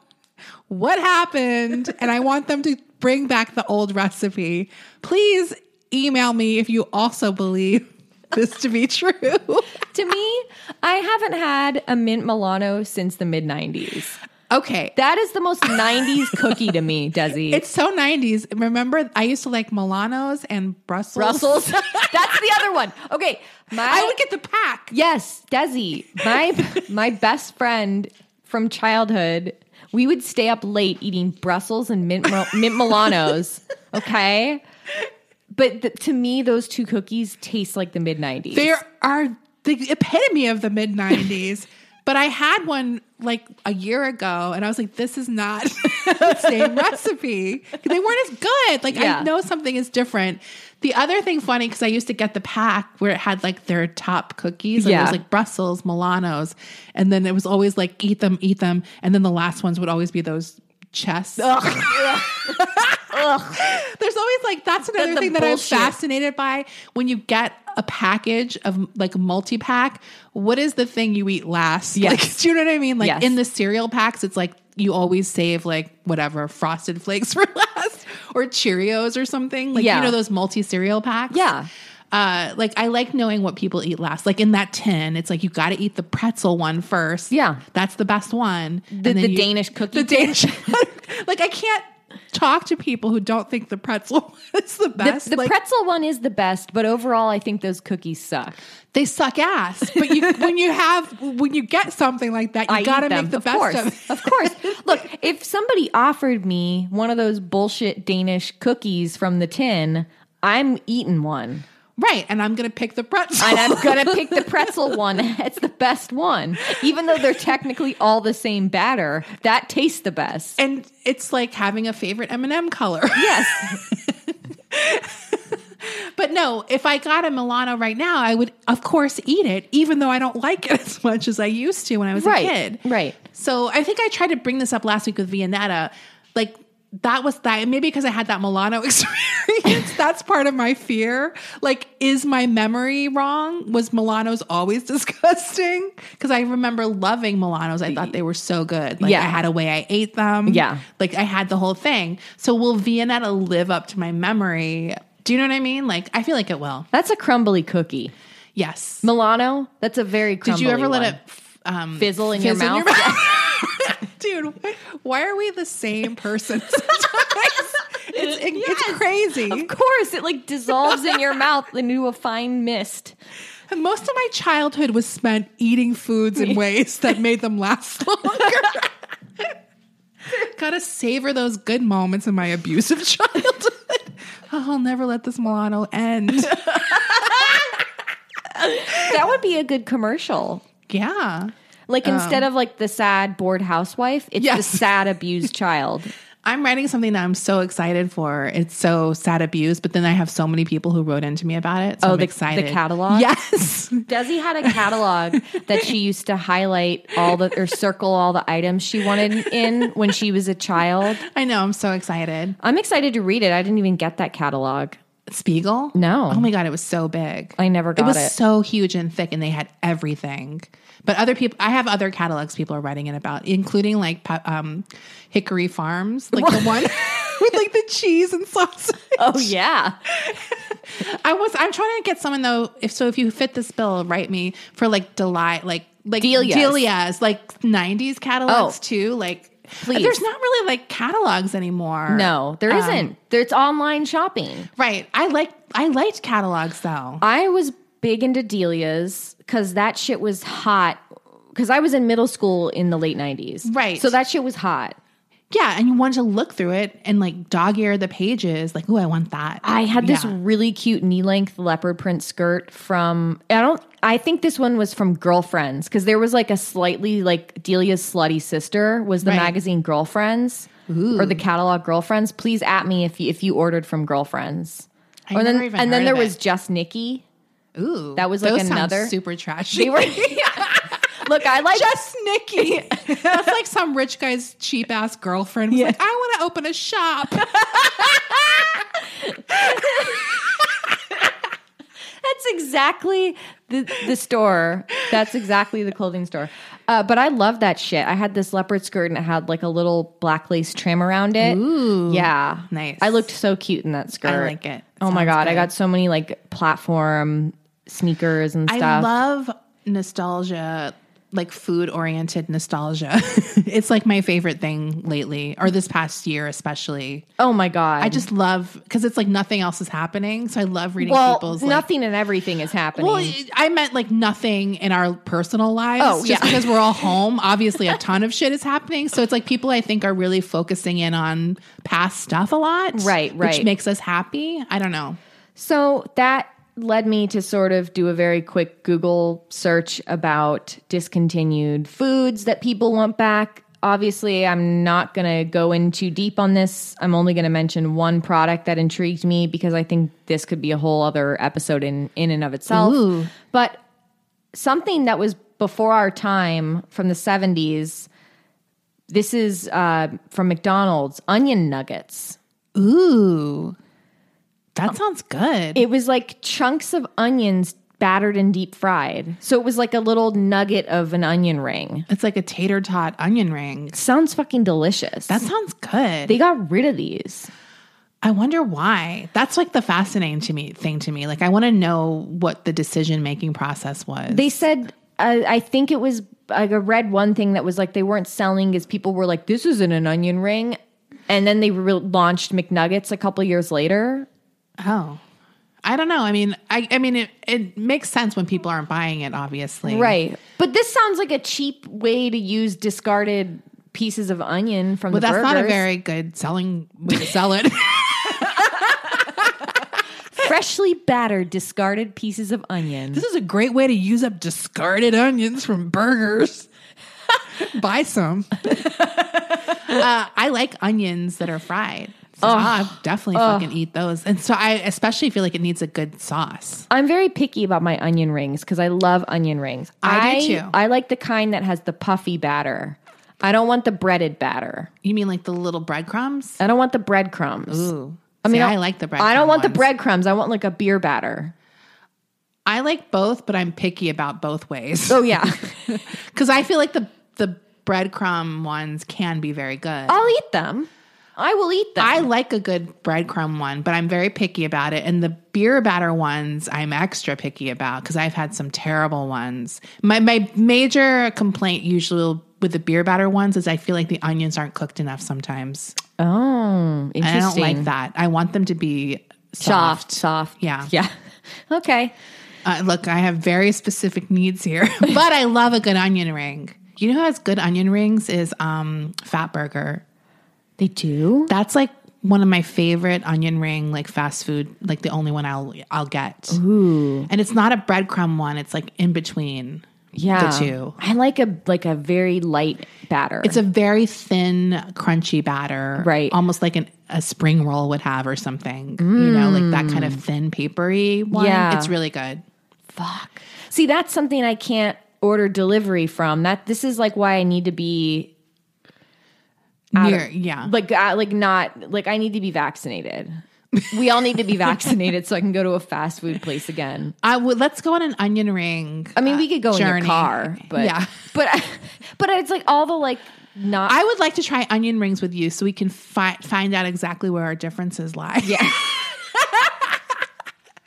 Speaker 3: what happened, and I want them to bring back the old recipe. Please email me if you also believe <laughs> this to be true.
Speaker 2: To me, I haven't had a mint Milano since the mid 90s.
Speaker 3: okay.
Speaker 2: That is the most 90s cookie to
Speaker 3: <laughs>
Speaker 2: me, Desi.
Speaker 3: It's so 90s. Remember, I used to like Milanos and Brussels.
Speaker 2: Brussels. <laughs> That's the other one. Okay. My,
Speaker 3: I would get the pack.
Speaker 2: Yes, Desi,
Speaker 3: <laughs>
Speaker 2: my my best friend from childhood. We would stay up late eating Brussels and mint
Speaker 3: <laughs>
Speaker 2: Mil- mint Milanos. Okay, but th- to me, those two cookies taste like the mid nineties.
Speaker 3: They are the epitome of the mid <laughs> 90s. but I had one like a year ago and I was like, this is not <laughs> the <laughs> same recipe. They weren't as good. Like,
Speaker 2: Yeah.
Speaker 3: I know something is different. The other thing funny, because I used to get the pack where it had like their top cookies. And It
Speaker 2: Yeah.
Speaker 3: was like Brussels, Milanos. And then it was always like, eat them, eat them. And then the last ones would always be those chests. There's always like that's another
Speaker 2: the
Speaker 3: thing that
Speaker 2: bullshit.
Speaker 3: I'm fascinated by when you get a package of like multi pack. What is the thing you eat last? Like, <laughs> do you know what I mean? Like
Speaker 2: Yes.
Speaker 3: in the cereal packs, it's like you always save like whatever frosted flakes <laughs> for last or Cheerios or something. Like
Speaker 2: Yeah.
Speaker 3: you know those multi cereal packs.
Speaker 2: Yeah.
Speaker 3: Uh, like I like knowing what people eat last. Like in that tin, it's like you got to eat the pretzel one first.
Speaker 2: Yeah.
Speaker 3: that's the best one.
Speaker 2: the, the Danish cookie.
Speaker 3: The Danish, <laughs> like I can't talk to people who don't think the pretzel <laughs> is
Speaker 2: the,
Speaker 3: the best.
Speaker 2: the
Speaker 3: like,
Speaker 2: pretzel one is the best, but overall, I think those cookies suck.
Speaker 3: they suck ass. <laughs>
Speaker 2: <laughs>
Speaker 3: But you, when you have, when you get something like that, you
Speaker 2: I
Speaker 3: gotta
Speaker 2: eat them.
Speaker 3: make the
Speaker 2: of
Speaker 3: best
Speaker 2: course,
Speaker 3: of it.
Speaker 2: of
Speaker 3: <laughs>
Speaker 2: course. Look, if somebody offered me one of those bullshit Danish cookies from the tin, I'm eating one.
Speaker 3: Right, and I'm gonna pick the pretzel.
Speaker 2: and I'm gonna pick the pretzel one. <laughs> It's the best one, even though they're technically all the same batter. That tastes the best.
Speaker 3: <laughs> and it's like having a favorite M&M color. <laughs>
Speaker 2: Yes,
Speaker 3: But no, if I got a Milano right now, I would of course eat it, even though I don't like it <laughs> as much as I used to when I was
Speaker 2: Right,
Speaker 3: a kid.
Speaker 2: right.
Speaker 3: So I think I tried to bring this up last week with Vianetta. Like that was that maybe because I had that Milano <laughs> experience. that's part of my fear. Like, is my memory wrong? Was Milano's always <laughs> disgusting? Because I remember loving Milano's. I thought they were so good. Like
Speaker 2: Yeah.
Speaker 3: I had a way I ate them.
Speaker 2: Yeah.
Speaker 3: Like I had the whole thing. So will Vianetta live up to my memory? Do you know what I mean? Like I feel like it will.
Speaker 2: that's a crumbly cookie.
Speaker 3: Yes.
Speaker 2: Milano, that's a very.
Speaker 3: Did
Speaker 2: Crumbly
Speaker 3: you ever
Speaker 2: one.
Speaker 3: let it f- um,
Speaker 2: fizzle in your
Speaker 3: fizz in
Speaker 2: mouth?
Speaker 3: your Dude, why are we the same person? <laughs> sometimes? it's, it- it's
Speaker 2: <laughs>
Speaker 3: crazy.
Speaker 2: of course, it like dissolves in your mouth <laughs> into a fine mist.
Speaker 3: And most of my childhood was spent eating foods
Speaker 2: <laughs>
Speaker 3: in ways that made them last <laughs> longer. Gotta savor those good moments in my abusive <laughs> childhood. Oh, I'll never let this Milano
Speaker 2: <laughs>
Speaker 3: end.
Speaker 2: That would be a good commercial.
Speaker 3: Yeah.
Speaker 2: Like instead of like the sad bored housewife, it's the
Speaker 3: Um. Yes.
Speaker 2: sad abused child.
Speaker 3: I'm writing something that I'm so excited for. It's so sad abuse, but then I have so many people who wrote in to me about it. So
Speaker 2: Oh,
Speaker 3: I'm
Speaker 2: the- the
Speaker 3: excited.
Speaker 2: catalog?
Speaker 3: Yes.
Speaker 2: Desi had a catalog that she used to highlight all the or circle all the items she wanted in when she was a child.
Speaker 3: I know. I'm so excited.
Speaker 2: I'm excited to read it. I didn't even get that catalog.
Speaker 3: Spiegel?
Speaker 2: No.
Speaker 3: Oh my God, it was so big.
Speaker 2: I never got
Speaker 3: it. was
Speaker 2: it.
Speaker 3: so huge and thick, and they had everything. But other people, I have other catalogs people are writing in about, including like pa- um, Hickory Farms, like
Speaker 2: <laughs>
Speaker 3: the one with like the cheese and sausage.
Speaker 2: Oh yeah.
Speaker 3: I was, I'm trying to get someone though. If so, if you fit this bill, write me for like Delight, like like
Speaker 2: Delia's.
Speaker 3: Delia's, like 90s catalogs
Speaker 2: Oh.
Speaker 3: too. Like,
Speaker 2: Please.
Speaker 3: there's not really like catalogs anymore.
Speaker 2: No, there
Speaker 3: Um,
Speaker 2: not There, it's online shopping.
Speaker 3: Right. I like I liked catalogs though.
Speaker 2: I was big into Delia's because that shit was hot. Because I was in middle school in the late '90s,
Speaker 3: Right.
Speaker 2: So that shit was hot.
Speaker 3: Yeah, and you wanted to look through it and like dog ear the pages, like, oh, I want that.
Speaker 2: I had this
Speaker 3: Yeah.
Speaker 2: really cute knee length leopard print skirt from I don't I think this one was from Girlfriends because there was like a slightly like Delia's slutty sister was the
Speaker 3: Right.
Speaker 2: magazine Girlfriends or the catalog Girlfriends. Please at me if you, if you ordered from Girlfriends.
Speaker 3: I
Speaker 2: and
Speaker 3: never
Speaker 2: then
Speaker 3: even
Speaker 2: and then
Speaker 3: heard
Speaker 2: there
Speaker 3: of
Speaker 2: was
Speaker 3: it.
Speaker 2: just Nikki.
Speaker 3: Ooh,
Speaker 2: that was like
Speaker 3: those sound
Speaker 2: another-
Speaker 3: <laughs> super trashy.
Speaker 2: They were <laughs> yeah. Look, I like
Speaker 3: Just Nikki. That's like some rich guy's cheap ass girlfriend. Was
Speaker 2: Yeah.
Speaker 3: Like, I want to open
Speaker 2: <laughs>
Speaker 3: a shop.
Speaker 2: That's exactly the, the store. That's exactly the clothing store. Uh, but I love that shit. I had this leopard skirt and it had like a little black lace trim around it.
Speaker 3: Ooh.
Speaker 2: yeah,
Speaker 3: nice.
Speaker 2: I looked so cute in that skirt.
Speaker 3: I like it.
Speaker 2: oh my
Speaker 3: Sounds
Speaker 2: god, I
Speaker 3: good.
Speaker 2: got so many like platform sneakers and stuff.
Speaker 3: I love nostalgia, like food oriented nostalgia. <laughs> it's like my favorite thing lately, or this past year especially.
Speaker 2: oh my god,
Speaker 3: I just love because it's like nothing else is happening. So I love reading
Speaker 2: well,
Speaker 3: people's like,
Speaker 2: nothing and everything is happening.
Speaker 3: well, I meant like nothing in our personal lives.
Speaker 2: Oh,
Speaker 3: just
Speaker 2: yeah.
Speaker 3: because
Speaker 2: <laughs>
Speaker 3: we're all home, obviously a ton of shit is happening. So it's like people I think are really focusing in on past stuff a lot.
Speaker 2: Right, right.
Speaker 3: Which makes us happy. I don't know.
Speaker 2: So that led me to sort of do a very quick Google search about discontinued foods that people want back. Obviously, I'm not going to go in too deep on this. I'm only going to mention one product that intrigued me because I think this could be a whole other episode in in and of itself.
Speaker 3: Ooh.
Speaker 2: But something that was before our time from the 70s. This is uh, from McDonald's onion nuggets.
Speaker 3: Ooh. That sounds good.
Speaker 2: Oh. It was like chunks of onions battered and deep fried. So it was like a little nugget of an onion ring.
Speaker 3: It's like a tater tot onion ring.
Speaker 2: Sounds fucking delicious.
Speaker 3: That sounds good.
Speaker 2: they got rid of these.
Speaker 3: I wonder why. That's like the fascinating to me thing to me. Like I want to know what the decision making process was.
Speaker 2: They said, uh, I think it was like I read one thing that was like they weren't selling as people were like, this isn't an onion ring. And then they re- launched McNuggets a couple years later.
Speaker 3: oh. I don't know. I mean, I I mean it it makes sense when people aren't buying it obviously.
Speaker 2: Right. But this sounds like a cheap way to use discarded pieces of onion from
Speaker 3: But
Speaker 2: the
Speaker 3: that's
Speaker 2: burgers.
Speaker 3: not a very good selling <laughs> way to sell it.
Speaker 2: freshly battered discarded pieces of onion.
Speaker 3: this is a great way to use up discarded onions from burgers. <laughs> Buy <laughs> some. uh, I like onions that are fried. So I'll definitely fucking eat those. And so I especially feel like it needs a good sauce.
Speaker 2: I'm very picky about my onion rings because I love onion rings.
Speaker 3: I do too.
Speaker 2: I like the kind that has the puffy batter. I don't want the breaded batter.
Speaker 3: You mean like the little breadcrumbs?
Speaker 2: I don't want the breadcrumbs.
Speaker 3: Ooh.
Speaker 2: I mean,
Speaker 3: I like the breadcrumbs.
Speaker 2: I don't want the breadcrumbs. I want like a beer batter.
Speaker 3: I like both, but I'm picky about both ways.
Speaker 2: Oh yeah,
Speaker 3: Because I feel like the the breadcrumb ones can be very good.
Speaker 2: <laughs> I'll eat them. I will eat them.
Speaker 3: I like a good breadcrumb one, but I'm very picky about it. And the beer batter ones, I'm extra picky about because I've had some terrible ones. My my major complaint usually with the beer batter ones is I feel like the onions aren't cooked enough sometimes.
Speaker 2: oh, interesting.
Speaker 3: And I don't like that. I want them to be
Speaker 2: Soft,
Speaker 3: soft.
Speaker 2: soft.
Speaker 3: Yeah.
Speaker 2: yeah. <laughs> okay.
Speaker 3: Uh, look, I have very specific needs here, <laughs> but I love a good onion ring. You know who has good onion rings is um, Fat Burger.
Speaker 2: They do.
Speaker 3: That's like one of my favorite onion ring, like fast food, like the only one I'll I'll get. Ooh. And it's not a breadcrumb one; it's like in between.
Speaker 2: Yeah.
Speaker 3: The two.
Speaker 2: I like a like a very light batter.
Speaker 3: It's a very thin, crunchy batter,
Speaker 2: Right.
Speaker 3: Almost like an, a spring roll would have, or something. You know, like that kind of thin, papery one.
Speaker 2: Mm. Yeah.
Speaker 3: It's really good.
Speaker 2: Fuck. See, that's something I can't order delivery from. That this is like why I need to be
Speaker 3: Near, yeah.
Speaker 2: like uh, like not like I need to be vaccinated. We all need <laughs> to be vaccinated so I can go to a fast food place again.
Speaker 3: I would. Let's go on an onion ring.
Speaker 2: I mean, we could go in
Speaker 3: journey.
Speaker 2: your car, but
Speaker 3: Yeah.
Speaker 2: <laughs> but I- but it's like all the like not.
Speaker 3: I would like to try onion rings with you so we can fi- find out exactly where our differences lie. <laughs>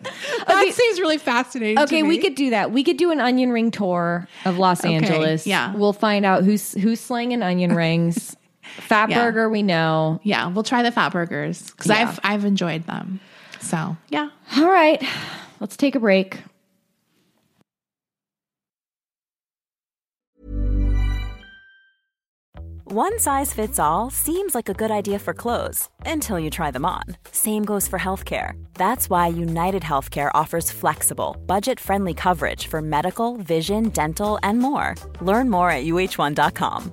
Speaker 3: Yeah. that seems really fascinating. to
Speaker 2: okay, we
Speaker 3: me.
Speaker 2: could do that. We could do an onion ring tour of Los Angeles.
Speaker 3: yeah.
Speaker 2: we'll find out who's who's slinging onion <laughs> rings. Fat
Speaker 3: Yeah.
Speaker 2: burger, we know.
Speaker 3: Yeah, we'll try the fat burgers because I've I've enjoyed them. So yeah.
Speaker 2: All right, let's take a break.
Speaker 4: One size fits all seems like a good idea for clothes until you try them on. Same goes for healthcare. That's why United Healthcare offers flexible, budget friendly coverage for medical, vision, dental, and more. Learn more at uh1.com.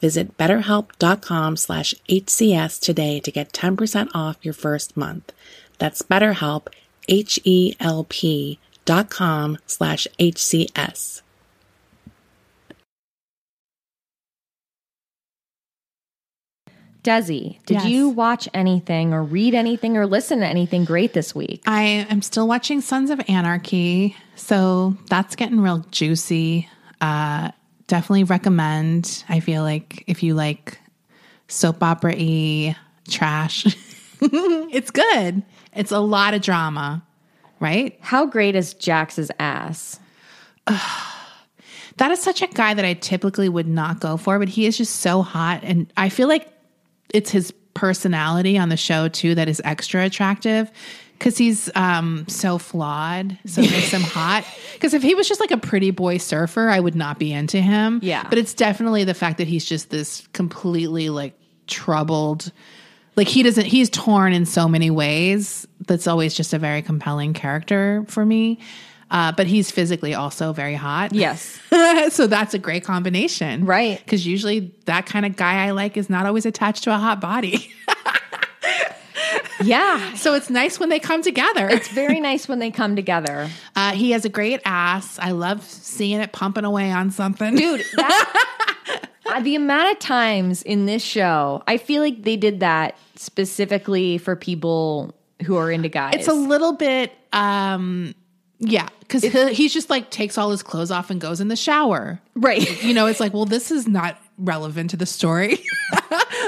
Speaker 3: Visit betterhelp.com slash HCS today to get 10% off your first month. That's betterhelp, H-E-L-P dot com slash HCS.
Speaker 2: Desi, did
Speaker 5: Yes.
Speaker 2: you watch anything or read anything or listen to anything great this week?
Speaker 5: I am still watching Sons of Anarchy, so that's getting real juicy. Uh, definitely recommend. I feel like if you like soap opera y trash, <laughs> it's good. It's a lot of drama, right?
Speaker 2: How great is Jax's ass?
Speaker 5: That is such a guy that I typically would not go for, but he is just so hot. And I feel like it's his personality on the show too that is extra attractive because he's um, so flawed. So it makes him hot. Because if he was just like a pretty boy surfer, I would not be into him.
Speaker 2: Yeah.
Speaker 5: But it's definitely the fact that he's just this completely like troubled. Like he doesn't, he's torn in so many ways. That's always just a very compelling character for me. Uh, but he's physically also very hot.
Speaker 2: Yes.
Speaker 5: <laughs> so that's a great combination.
Speaker 2: Right.
Speaker 5: Because usually that kind of guy I like is not always attached to a hot body. <laughs>
Speaker 2: Yeah.
Speaker 5: so it's nice when they come together.
Speaker 2: It's very nice when they come together.
Speaker 5: Uh, he has a great ass. I love seeing it pumping away on something.
Speaker 2: Dude, <laughs> that- uh, the amount of times in this show, I feel like they did that specifically for people who are into guys.
Speaker 5: <laughs> it's a little bit, um, yeah, because he's just like takes all his clothes off and goes in the shower.
Speaker 2: right.
Speaker 5: You know, it's like, well, this is not relevant to the story, <laughs>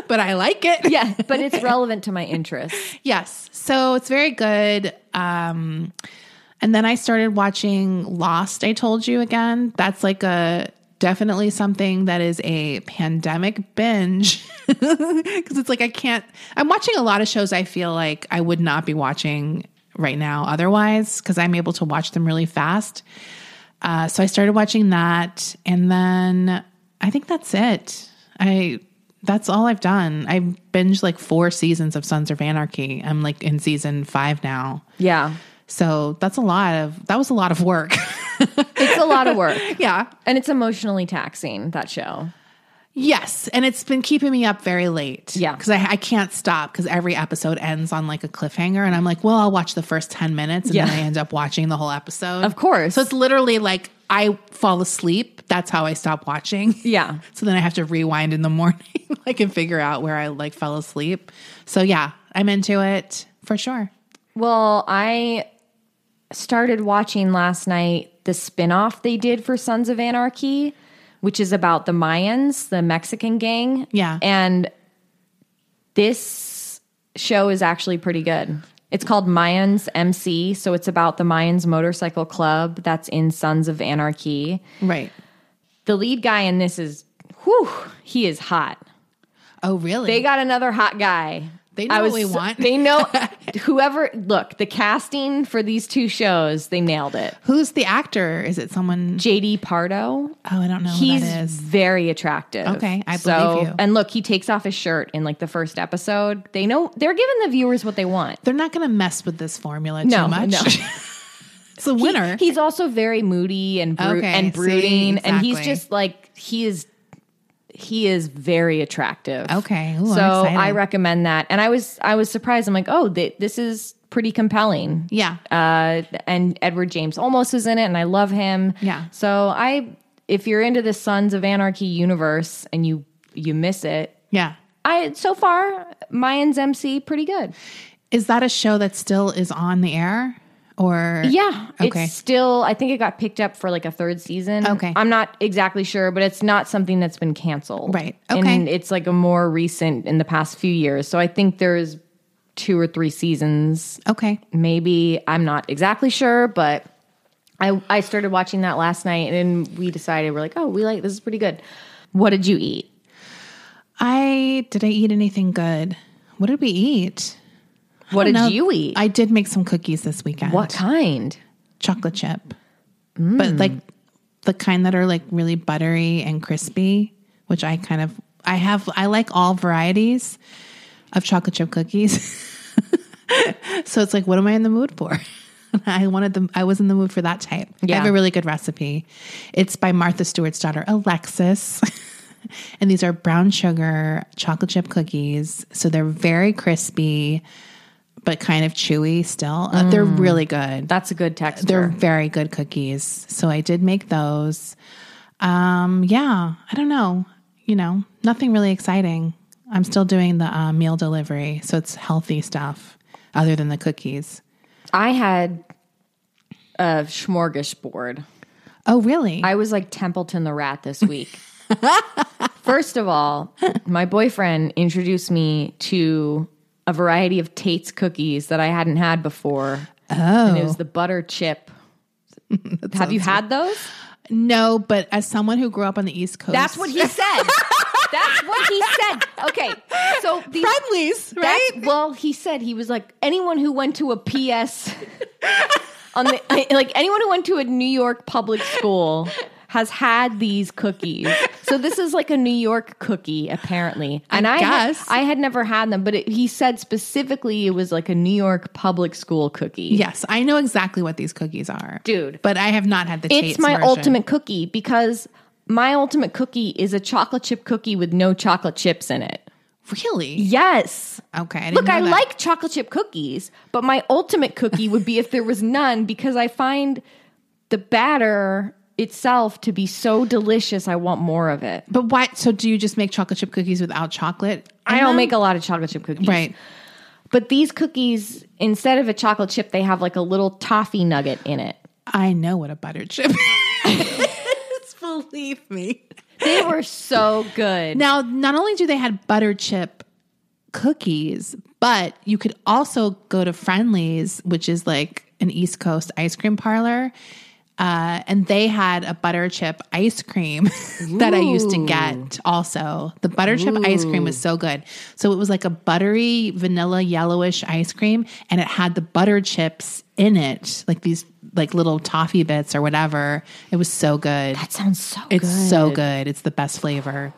Speaker 5: but I like
Speaker 2: <laughs>
Speaker 5: it.
Speaker 2: yeah, but it's relevant to my interests.
Speaker 5: Yes. So it's very good. Um, and then I started watching Lost, I told you again. That's like a definitely something that is a pandemic binge <laughs> because it's like I can't, I'm watching a lot of shows I feel like I would not be watching right now otherwise because I'm able to watch them really fast. Uh, so I started watching that, and then I think that's it. I that's all I've done. I binged like four seasons of Sons of Anarchy. I'm like in season five now,
Speaker 2: Yeah.
Speaker 5: so that's a lot of that was a lot of work. <laughs>
Speaker 2: It's a lot of work.
Speaker 5: yeah.
Speaker 2: And it's emotionally taxing, that show.
Speaker 5: Yes, and it's been keeping me up very late.
Speaker 2: Yeah.
Speaker 5: because I, I can't stop because every episode ends on like a cliffhanger, and I'm like, well, I'll watch the first ten minutes, and
Speaker 2: Yeah.
Speaker 5: then I end up watching the whole episode.
Speaker 2: Of course.
Speaker 5: So it's literally like I fall asleep. That's how I stop watching. <laughs>
Speaker 2: Yeah.
Speaker 5: So then I have to rewind in the <laughs> morning, like, and figure out where I like fell asleep. So yeah, I'm into it for sure.
Speaker 2: Well, I started watching last night the spin-off they did for Sons of Anarchy, which is about the Mayans, the Mexican gang.
Speaker 5: Yeah.
Speaker 2: And this show is actually pretty good. It's called Mayans MC, so it's about the Mayans Motorcycle Club that's in Sons of Anarchy.
Speaker 5: Right.
Speaker 2: The lead guy in this is whew, he is hot.
Speaker 5: Oh, really?
Speaker 2: They got another hot guy.
Speaker 5: They know
Speaker 2: I was,
Speaker 5: what we want.
Speaker 2: They know
Speaker 5: <laughs>
Speaker 2: whoever. Look, the casting for these two shows, they nailed it.
Speaker 5: Who's the actor? Is it someone?
Speaker 2: JD Pardo,
Speaker 5: Oh, I don't know who
Speaker 2: he's
Speaker 5: that is.
Speaker 2: very attractive.
Speaker 5: Okay, I believe you.
Speaker 2: And look, he takes off his shirt in like the first episode. They know they're giving the viewers what they want.
Speaker 5: They're not going to mess with this formula
Speaker 2: No,
Speaker 5: too much.
Speaker 2: no. <laughs>
Speaker 5: it's a winner.
Speaker 2: He's also very moody and bru-
Speaker 5: Okay, see,
Speaker 2: and brooding, and he's
Speaker 5: exactly.
Speaker 2: just like he is. He is very attractive.
Speaker 5: Okay, ooh, I'm
Speaker 2: so I
Speaker 5: excited.
Speaker 2: recommend that. And I was I was surprised. I'm like, oh, th- this is pretty compelling.
Speaker 5: yeah.
Speaker 2: uh, and Edward James almost is in it, and I love him.
Speaker 5: Yeah.
Speaker 2: So I, if you're into the Sons of Anarchy universe and you you miss it,
Speaker 5: yeah.
Speaker 2: I so far Mayans MC pretty good.
Speaker 5: Is that a show that still is on the air? Or
Speaker 2: Yeah.
Speaker 5: Okay.
Speaker 2: It's still I think it got picked up for like a third season.
Speaker 5: Okay.
Speaker 2: I'm not exactly sure, but it's not something that's been canceled.
Speaker 5: Right. Okay.
Speaker 2: And it's like a more recent in the past few years. So I think there's two or three seasons
Speaker 5: Okay.
Speaker 2: maybe I'm not exactly sure, but I I started watching that last night and we decided we're like, oh, we like this is pretty good. What did you eat?
Speaker 5: I did I eat anything good? What did we eat?
Speaker 2: What did
Speaker 5: No,
Speaker 2: you eat?
Speaker 5: I did make some cookies this weekend.
Speaker 2: what kind?
Speaker 5: Chocolate chip. But like the kind that are like really buttery and crispy, which I kind of I have I like all varieties of chocolate chip cookies. <laughs> so it's like what am I in the mood for? <laughs> I wanted them I was in the mood for that type. I have
Speaker 2: Yeah.
Speaker 5: a really good recipe. It's by Martha Stewart's daughter, Alexis. <laughs> and these are brown sugar chocolate chip cookies. So they're very crispy but kind of chewy still. Uh, they're really good.
Speaker 2: That's a good texture.
Speaker 5: They're very good cookies. So I did make those. Um, yeah, I don't know. You know, nothing really exciting. I'm still doing the uh, meal delivery, so it's healthy stuff other than the cookies.
Speaker 2: I had a smorgasbord.
Speaker 5: Oh, really?
Speaker 2: I was like Templeton the Rat this week. First of all, my boyfriend introduced me to a variety of Tate's cookies that I hadn't had before. Oh. And it was the butter chip. Have you had those?
Speaker 5: no, but as someone who grew up on the East Coast,
Speaker 2: That's what he said. That's what he said. Okay. So these
Speaker 5: friendlies, <laughs> right?
Speaker 2: that's- well, he said he was like anyone who went to a PS on the <laughs> like anyone who went to a New York public school has had these cookies. So this is like a New York cookie apparently. And I had-
Speaker 5: guess.
Speaker 2: I had never had them, but it, he said specifically it was like a New York public school cookie.
Speaker 5: yes, I know exactly what these cookies are,
Speaker 2: Dude.
Speaker 5: But I have not had the.
Speaker 2: It's
Speaker 5: Tate's
Speaker 2: my
Speaker 5: version.
Speaker 2: ultimate cookie because my ultimate cookie is a chocolate chip cookie with no chocolate chips in it.
Speaker 5: Really?
Speaker 2: Yes.
Speaker 5: Okay. I didn't
Speaker 2: Look,
Speaker 5: know
Speaker 2: I
Speaker 5: that.
Speaker 2: like chocolate chip cookies, but my ultimate cookie would be if there was none because I find the batter itself to be so delicious. I want more of it.
Speaker 5: But why? So do you just make chocolate chip cookies without chocolate?
Speaker 2: I don't make a lot of chocolate chip cookies.
Speaker 5: Right.
Speaker 2: But these cookies, instead of a chocolate chip, they have like a little toffee nugget in it.
Speaker 5: I know what a butter chip <laughs> is. <laughs> Believe me.
Speaker 2: They were so good.
Speaker 5: Now, not only do they had butter chip cookies, but you could also go to Friendly's, which is like an East Coast ice cream parlor. Uh, and they had a butter chip ice cream <laughs> that I used to get also. The butter chip ice cream was so good. So it was like a buttery, vanilla, yellowish ice cream, and it had the butter chips in it, like these like little toffee bits or whatever. It was so good.
Speaker 2: That sounds so
Speaker 5: It's
Speaker 2: good.
Speaker 5: so good. It's the best flavor.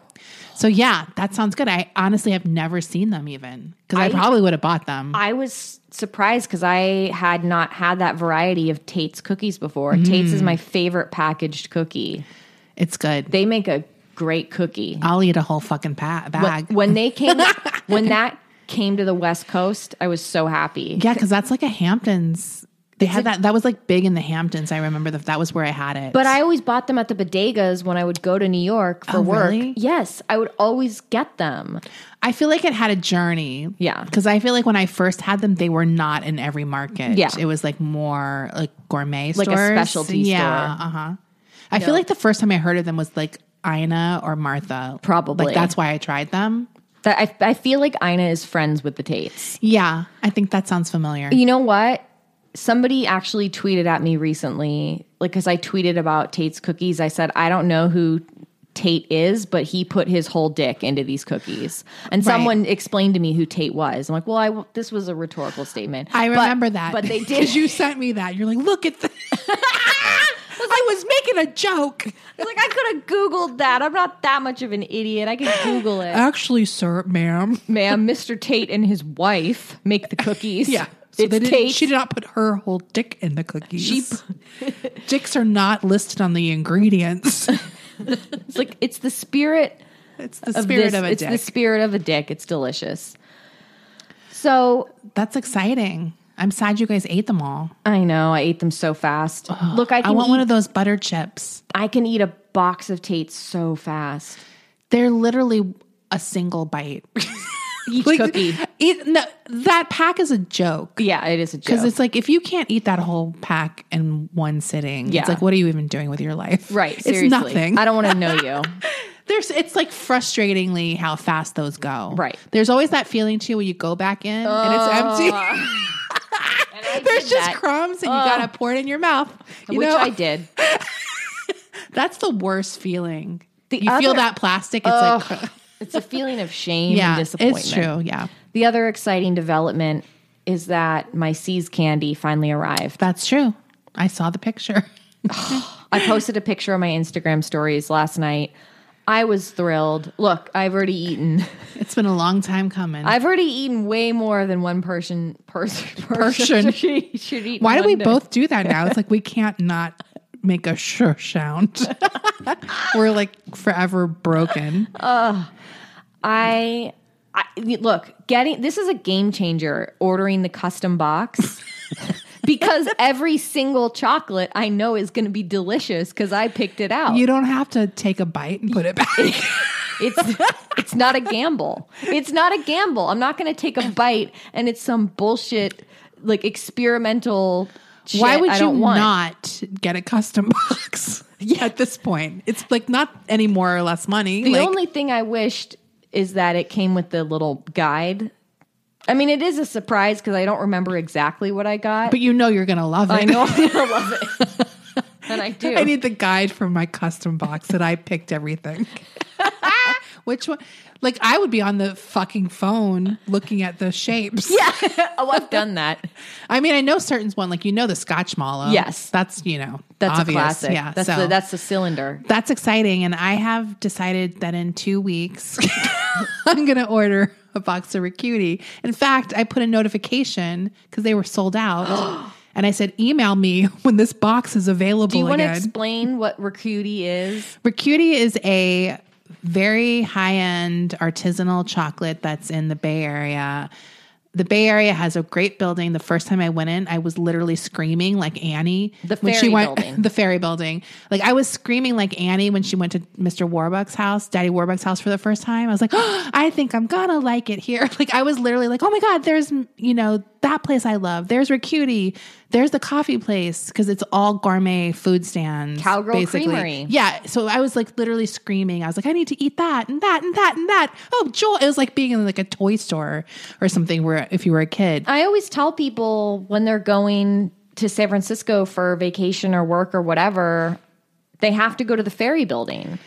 Speaker 5: So yeah, that sounds good. I honestly have never seen them even because I, probably would have bought them.
Speaker 2: I was surprised because I had not had that variety of Tate's cookies before. Tate's is my favorite packaged cookie.
Speaker 5: it's good.
Speaker 2: They make a great cookie.
Speaker 5: I'll eat a whole fucking pa-
Speaker 2: When,
Speaker 5: bag.
Speaker 2: when they
Speaker 5: <laughs>
Speaker 2: came, when that came to the West Coast, I was so happy.
Speaker 5: yeah, because that's like a Hamptons They had that. That was like big in the Hamptons. I remember that. That was where I had it.
Speaker 2: But I always bought them at the bodegas when I would go to New York for
Speaker 5: Oh,
Speaker 2: work.
Speaker 5: really?
Speaker 2: Yes, I would always get them.
Speaker 5: I feel like it had a journey.
Speaker 2: Yeah.
Speaker 5: Because I feel like when I first had them, they were not in every market.
Speaker 2: Yeah.
Speaker 5: It was like more like gourmet
Speaker 2: Like a
Speaker 5: stores.
Speaker 2: specialty
Speaker 5: yeah,
Speaker 2: store.
Speaker 5: Uh huh. I feel like the first time I heard of them was like Ina or Martha.
Speaker 2: Probably.
Speaker 5: Like that's why I tried them.
Speaker 2: That I, I feel like Ina is friends with the Tates.
Speaker 5: Yeah. I think that sounds familiar.
Speaker 2: You know what? Somebody actually tweeted at me recently, like because I tweeted about Tate's cookies. I said I don't know who Tate is, but he put his whole dick into these cookies. And someone explained to me who Tate was. I'm like, well, I w- this was a rhetorical statement.
Speaker 5: I
Speaker 2: But-
Speaker 5: remember that.
Speaker 2: but
Speaker 5: <laughs>
Speaker 2: they did.
Speaker 5: Because you sent me that. You're like, look at the. <laughs> I was making a joke.
Speaker 2: I was like I could have googled that. I'm not that much of an idiot. I can Google it.
Speaker 5: Actually, sir,
Speaker 2: <laughs>
Speaker 5: ma'am.
Speaker 2: ma'am, Mr. uh, Tate and his wife make the cookies.
Speaker 5: Yeah. they
Speaker 2: it's
Speaker 5: didn't-
Speaker 2: Tate.
Speaker 5: She did not put her whole dick in the cookies. <laughs> Dicks are not listed on
Speaker 2: <laughs>
Speaker 5: the ingredients.
Speaker 2: it's like it's the spirit
Speaker 5: It's the
Speaker 2: of
Speaker 5: spirit
Speaker 2: this-
Speaker 5: of a
Speaker 2: it's
Speaker 5: dick.
Speaker 2: the spirit of a dick. It's delicious. So
Speaker 5: That's exciting. I'm sad you guys ate them all.
Speaker 2: I know I ate them so fast. Look, I
Speaker 5: I
Speaker 2: can
Speaker 5: want
Speaker 2: eat,
Speaker 5: one of those butter chips.
Speaker 2: I can eat a box of Tate's so fast.
Speaker 5: They're literally a single bite.
Speaker 2: Each
Speaker 5: <laughs> Like,
Speaker 2: cookie.
Speaker 5: It, no, that pack is a joke.
Speaker 2: Yeah, it is a joke.
Speaker 5: Because it's like if you can't eat that whole pack in one sitting,
Speaker 2: Yeah.
Speaker 5: it's like what are you even doing with your <laughs> life?
Speaker 2: right.
Speaker 5: It's
Speaker 2: Seriously,
Speaker 5: nothing.
Speaker 2: I don't want to know you.
Speaker 5: There's it's like frustratingly how fast those go.
Speaker 2: Right.
Speaker 5: There's always that feeling too when you go back in <laughs> and it's empty. Oh. There's just
Speaker 2: that.
Speaker 5: crumbs and you gotta pour it in your mouth. <laughs> You
Speaker 2: Which
Speaker 5: know?
Speaker 2: I did.
Speaker 5: That's the worst feeling.
Speaker 2: The
Speaker 5: you feel
Speaker 2: other-
Speaker 5: that plastic. It's like,
Speaker 2: It's a feeling of shame and
Speaker 5: yeah,
Speaker 2: disappointment.
Speaker 5: it's true. Yeah,
Speaker 2: The other exciting development is that my C's candy finally arrived.
Speaker 5: that's true. I saw the picture. <laughs>
Speaker 2: I posted a picture on my Instagram stories last night. I was thrilled. Look, I've already eaten. <laughs>
Speaker 5: It's been a long time coming.
Speaker 2: I've already eaten way more than one person <laughs> person
Speaker 5: Person.
Speaker 2: should, should eat. in
Speaker 5: Why do
Speaker 2: one
Speaker 5: we
Speaker 2: day.
Speaker 5: both do that now? It's like we can't not make a sure sound. <laughs> We're like forever broken.
Speaker 2: Oh. I, I look getting this is a game changer. Ordering the custom box. <laughs> because every single chocolate I know is going to be delicious because I picked it out.
Speaker 5: You don't have to take a bite and
Speaker 2: <laughs>
Speaker 5: put it back.
Speaker 2: It's <laughs> it's not a gamble. It's not a gamble. I'm not going to take a bite and it's some bullshit like experimental. Shit
Speaker 5: Why would
Speaker 2: I
Speaker 5: you
Speaker 2: don't want.
Speaker 5: not get a custom <laughs> box? At this point, it's like not any more or less money.
Speaker 2: The
Speaker 5: like,
Speaker 2: only thing I wished is that it came with the little guide. I mean, it is a surprise because I don't remember exactly what I got.
Speaker 5: but you know you're gonna love it.
Speaker 2: I
Speaker 5: <laughs>
Speaker 2: know I'm gonna love it, and I do.
Speaker 5: I need the guide from my custom box that I
Speaker 2: <laughs>
Speaker 5: picked everything. Which one? Like I would be on the fucking phone looking at the shapes. Yeah.
Speaker 2: oh, I've done that.
Speaker 5: I mean, I know certain one, like you know the Scotch Mallow.
Speaker 2: Yes.
Speaker 5: That's you know
Speaker 2: That's
Speaker 5: obvious.
Speaker 2: a classic.
Speaker 5: Yeah.
Speaker 2: that's
Speaker 5: so
Speaker 2: the, that's the cylinder.
Speaker 5: that's exciting, and I have decided that in two weeks <laughs> I'm gonna order a box of Ricuti. In fact, I put a notification because they were sold
Speaker 2: <gasps>
Speaker 5: out. And I said, email me when this box is available.
Speaker 2: Do you want to
Speaker 5: again.
Speaker 2: explain what Racuti is?
Speaker 5: Racuti is a very high end artisanal chocolate that's in the Bay Area. The Bay Area has a great building. The first time I went in, I was literally screaming like Annie.
Speaker 2: The
Speaker 5: when she
Speaker 2: ferry
Speaker 5: went,
Speaker 2: building.
Speaker 5: <laughs> The ferry building. Like I was screaming like Annie when she went to Mr. Warbucks' house, Daddy Warbucks' house for the first time. I was like, <gasps> oh, I think I'm gonna like it here. <laughs> Like I was literally like, oh my god, there's you know that place I love. There's Racuti. There's the coffee place because it's all gourmet food stands.
Speaker 2: Cowgirl Creamery.
Speaker 5: Yeah. So I was like literally screaming. I was like, I need to eat that and that and that and that. Oh, Joel. It was like being in like a toy store or something where if you were a kid.
Speaker 2: I always tell people when they're going to San Francisco for vacation or work or whatever, they have to go to the ferry building.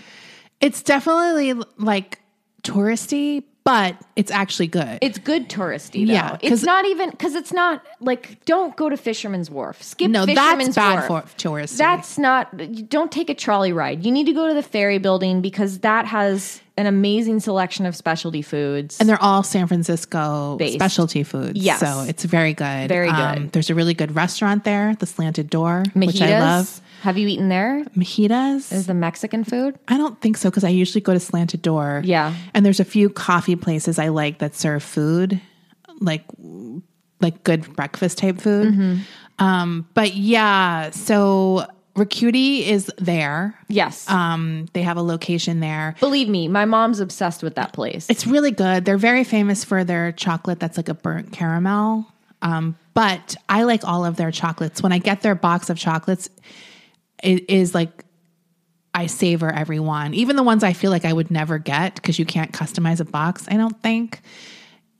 Speaker 5: It's definitely like touristy, but it's actually good.
Speaker 2: It's good touristy though.
Speaker 5: Yeah, 'cause-
Speaker 2: it's not even because it's not like don't go to Fisherman's Wharf. Skip
Speaker 5: no, that's
Speaker 2: Fisherman's
Speaker 5: bad
Speaker 2: Wharf.
Speaker 5: for touristy.
Speaker 2: That's not. you Don't take a trolley ride. You need to go to the ferry building because that has an amazing selection of specialty foods.
Speaker 5: and they're all San Francisco
Speaker 2: Based.
Speaker 5: specialty foods.
Speaker 2: Yes.
Speaker 5: So it's very good. Um,
Speaker 2: Very good.
Speaker 5: there's a really good restaurant there, the Slanted Door, which I
Speaker 2: Mojitos.
Speaker 5: love.
Speaker 2: Have you eaten there?
Speaker 5: Mojitas.
Speaker 2: Is the Mexican food?
Speaker 5: I don't think so because I usually go to Slanted Door.
Speaker 2: Yeah.
Speaker 5: and there's a few coffee places I like that serve food, like like good breakfast type food. Um, but yeah, so Racuti is there.
Speaker 2: Yes.
Speaker 5: Um, they have a location there.
Speaker 2: Believe me, my mom's obsessed with that place.
Speaker 5: It's really good. They're very famous for their chocolate that's like a burnt caramel. Um, but I like all of their chocolates. When I get their box of chocolates, it is like I savor every one, even the ones I feel like I would never get because you can't customize a box. I don't think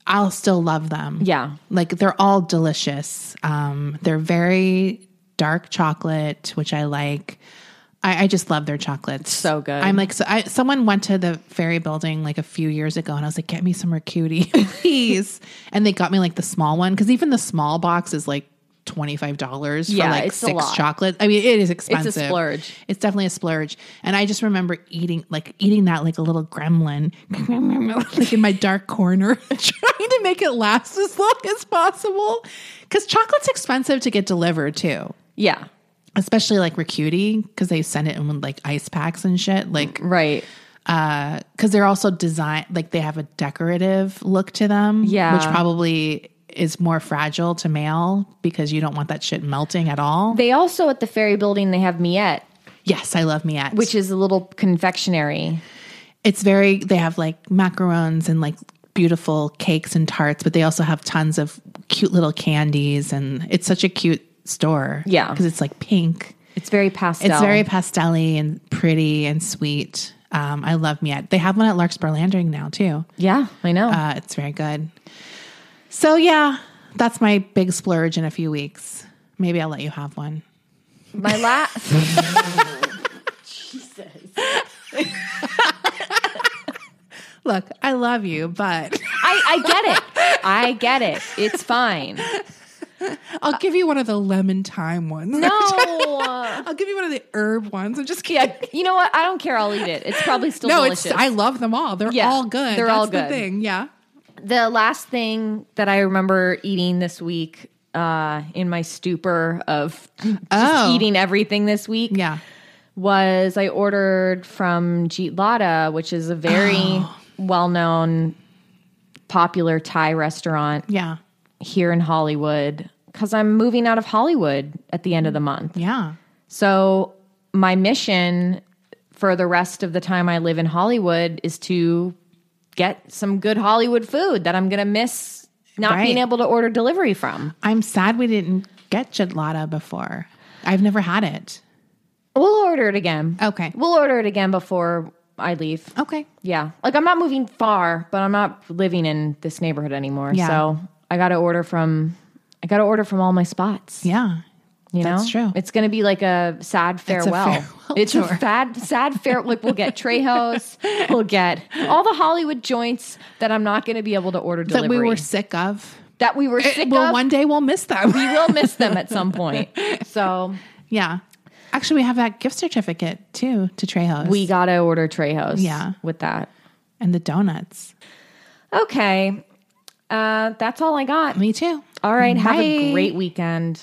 Speaker 5: I'll still love them.
Speaker 2: Yeah.
Speaker 5: like they're all delicious. Um, they're very dark chocolate, which I like. I, I just love their chocolates.
Speaker 2: So good.
Speaker 5: I'm like, so I, someone went to the ferry building like a few years ago, and I was like, get me some Racuti, <laughs> please. and they got me like the small one because even the small box is like twenty five dollars for
Speaker 2: Yeah,
Speaker 5: like
Speaker 2: it's a
Speaker 5: six
Speaker 2: lot.
Speaker 5: chocolate. I mean, it is expensive.
Speaker 2: splurge.
Speaker 5: It's definitely a splurge. And I just remember eating like eating that like a little gremlin, <laughs> like in my dark corner, <laughs> trying to make it last as long as possible. Because chocolate's expensive to get delivered too,
Speaker 2: yeah.
Speaker 5: especially like Racuti because they send it in like ice packs and shit. Like
Speaker 2: Right.
Speaker 5: because they're also designed like they have a decorative look to them,
Speaker 2: Yeah.
Speaker 5: which probably is more fragile to mail because you don't want that shit melting at all.
Speaker 2: They also at the ferry building they have Miette,
Speaker 5: yes, I love Miette.
Speaker 2: which is a little confectionery.
Speaker 5: it's very they have like macarons and like beautiful cakes and tarts but they also have tons of cute little candies and it's such a cute store
Speaker 2: Yeah.
Speaker 5: because it's like pink
Speaker 2: It's very pastel.
Speaker 5: it's very pastelly and pretty and sweet um, i love miette they have one at larkspur landing now too
Speaker 2: Yeah, I know.
Speaker 5: uh, it's very good so yeah that's my big splurge in a few weeks maybe i'll let you have one
Speaker 2: my last
Speaker 5: look i love
Speaker 2: <laughs>
Speaker 5: you but
Speaker 2: <laughs> I, I get it. I get it. It's fine.
Speaker 5: i'll give you one of the lemon thyme ones <laughs>
Speaker 2: No.
Speaker 5: I'll give you one of the herb ones. I'm just kidding.
Speaker 2: Yeah, you know what? I don't care. I'll eat it. It's probably still
Speaker 5: no,
Speaker 2: delicious.
Speaker 5: it's I love them all. They're
Speaker 2: Yeah,
Speaker 5: all good.
Speaker 2: they're
Speaker 5: That's
Speaker 2: all
Speaker 5: The
Speaker 2: good.
Speaker 5: thing, yeah.
Speaker 2: the last thing that I remember eating this week uh, in my stupor of <laughs> just
Speaker 5: Oh.
Speaker 2: eating everything this week
Speaker 5: Yeah.
Speaker 2: was I ordered from Jeet Lada, which is a very
Speaker 5: <gasps>
Speaker 2: well known, popular Thai restaurant
Speaker 5: Yeah.
Speaker 2: here in Hollywood because I'm moving out of Hollywood at the end of the month.
Speaker 5: Yeah.
Speaker 2: So, my mission for the rest of the time I live in Hollywood is to get some good Hollywood food that I'm going to miss not
Speaker 5: Right.
Speaker 2: being able to order delivery from.
Speaker 5: I'm sad we didn't get gelada before. I've never had it.
Speaker 2: We'll order it again.
Speaker 5: Okay.
Speaker 2: We'll order it again before I leave.
Speaker 5: Okay.
Speaker 2: Yeah. Like I'm not moving far, but I'm not living in this neighborhood anymore.
Speaker 5: Yeah.
Speaker 2: So, I got to order from I got to order from all my spots.
Speaker 5: Yeah.
Speaker 2: You know,
Speaker 5: That's true.
Speaker 2: It's going to be like a sad farewell.
Speaker 5: farewell
Speaker 2: <laughs> It's a
Speaker 5: tour.
Speaker 2: sad, sad farewell. Like we'll get
Speaker 5: <laughs>
Speaker 2: Trejo's, we'll get all the Hollywood joints that I'm not going to be able to order
Speaker 5: That
Speaker 2: delivery.
Speaker 5: we were sick of. Eh,
Speaker 2: that we were sick
Speaker 5: well,
Speaker 2: of.
Speaker 5: one day we'll miss them.
Speaker 2: we will miss them at some point. So
Speaker 5: <laughs> yeah. Actually, we have that gift certificate too to Trejo's.
Speaker 2: we got to order Trejo's.
Speaker 5: Yeah.
Speaker 2: with that.
Speaker 5: and the donuts.
Speaker 2: Okay, uh, that's all I got.
Speaker 5: Me too. Mm-hmm.
Speaker 2: All right, have
Speaker 5: Bye.
Speaker 2: a great weekend.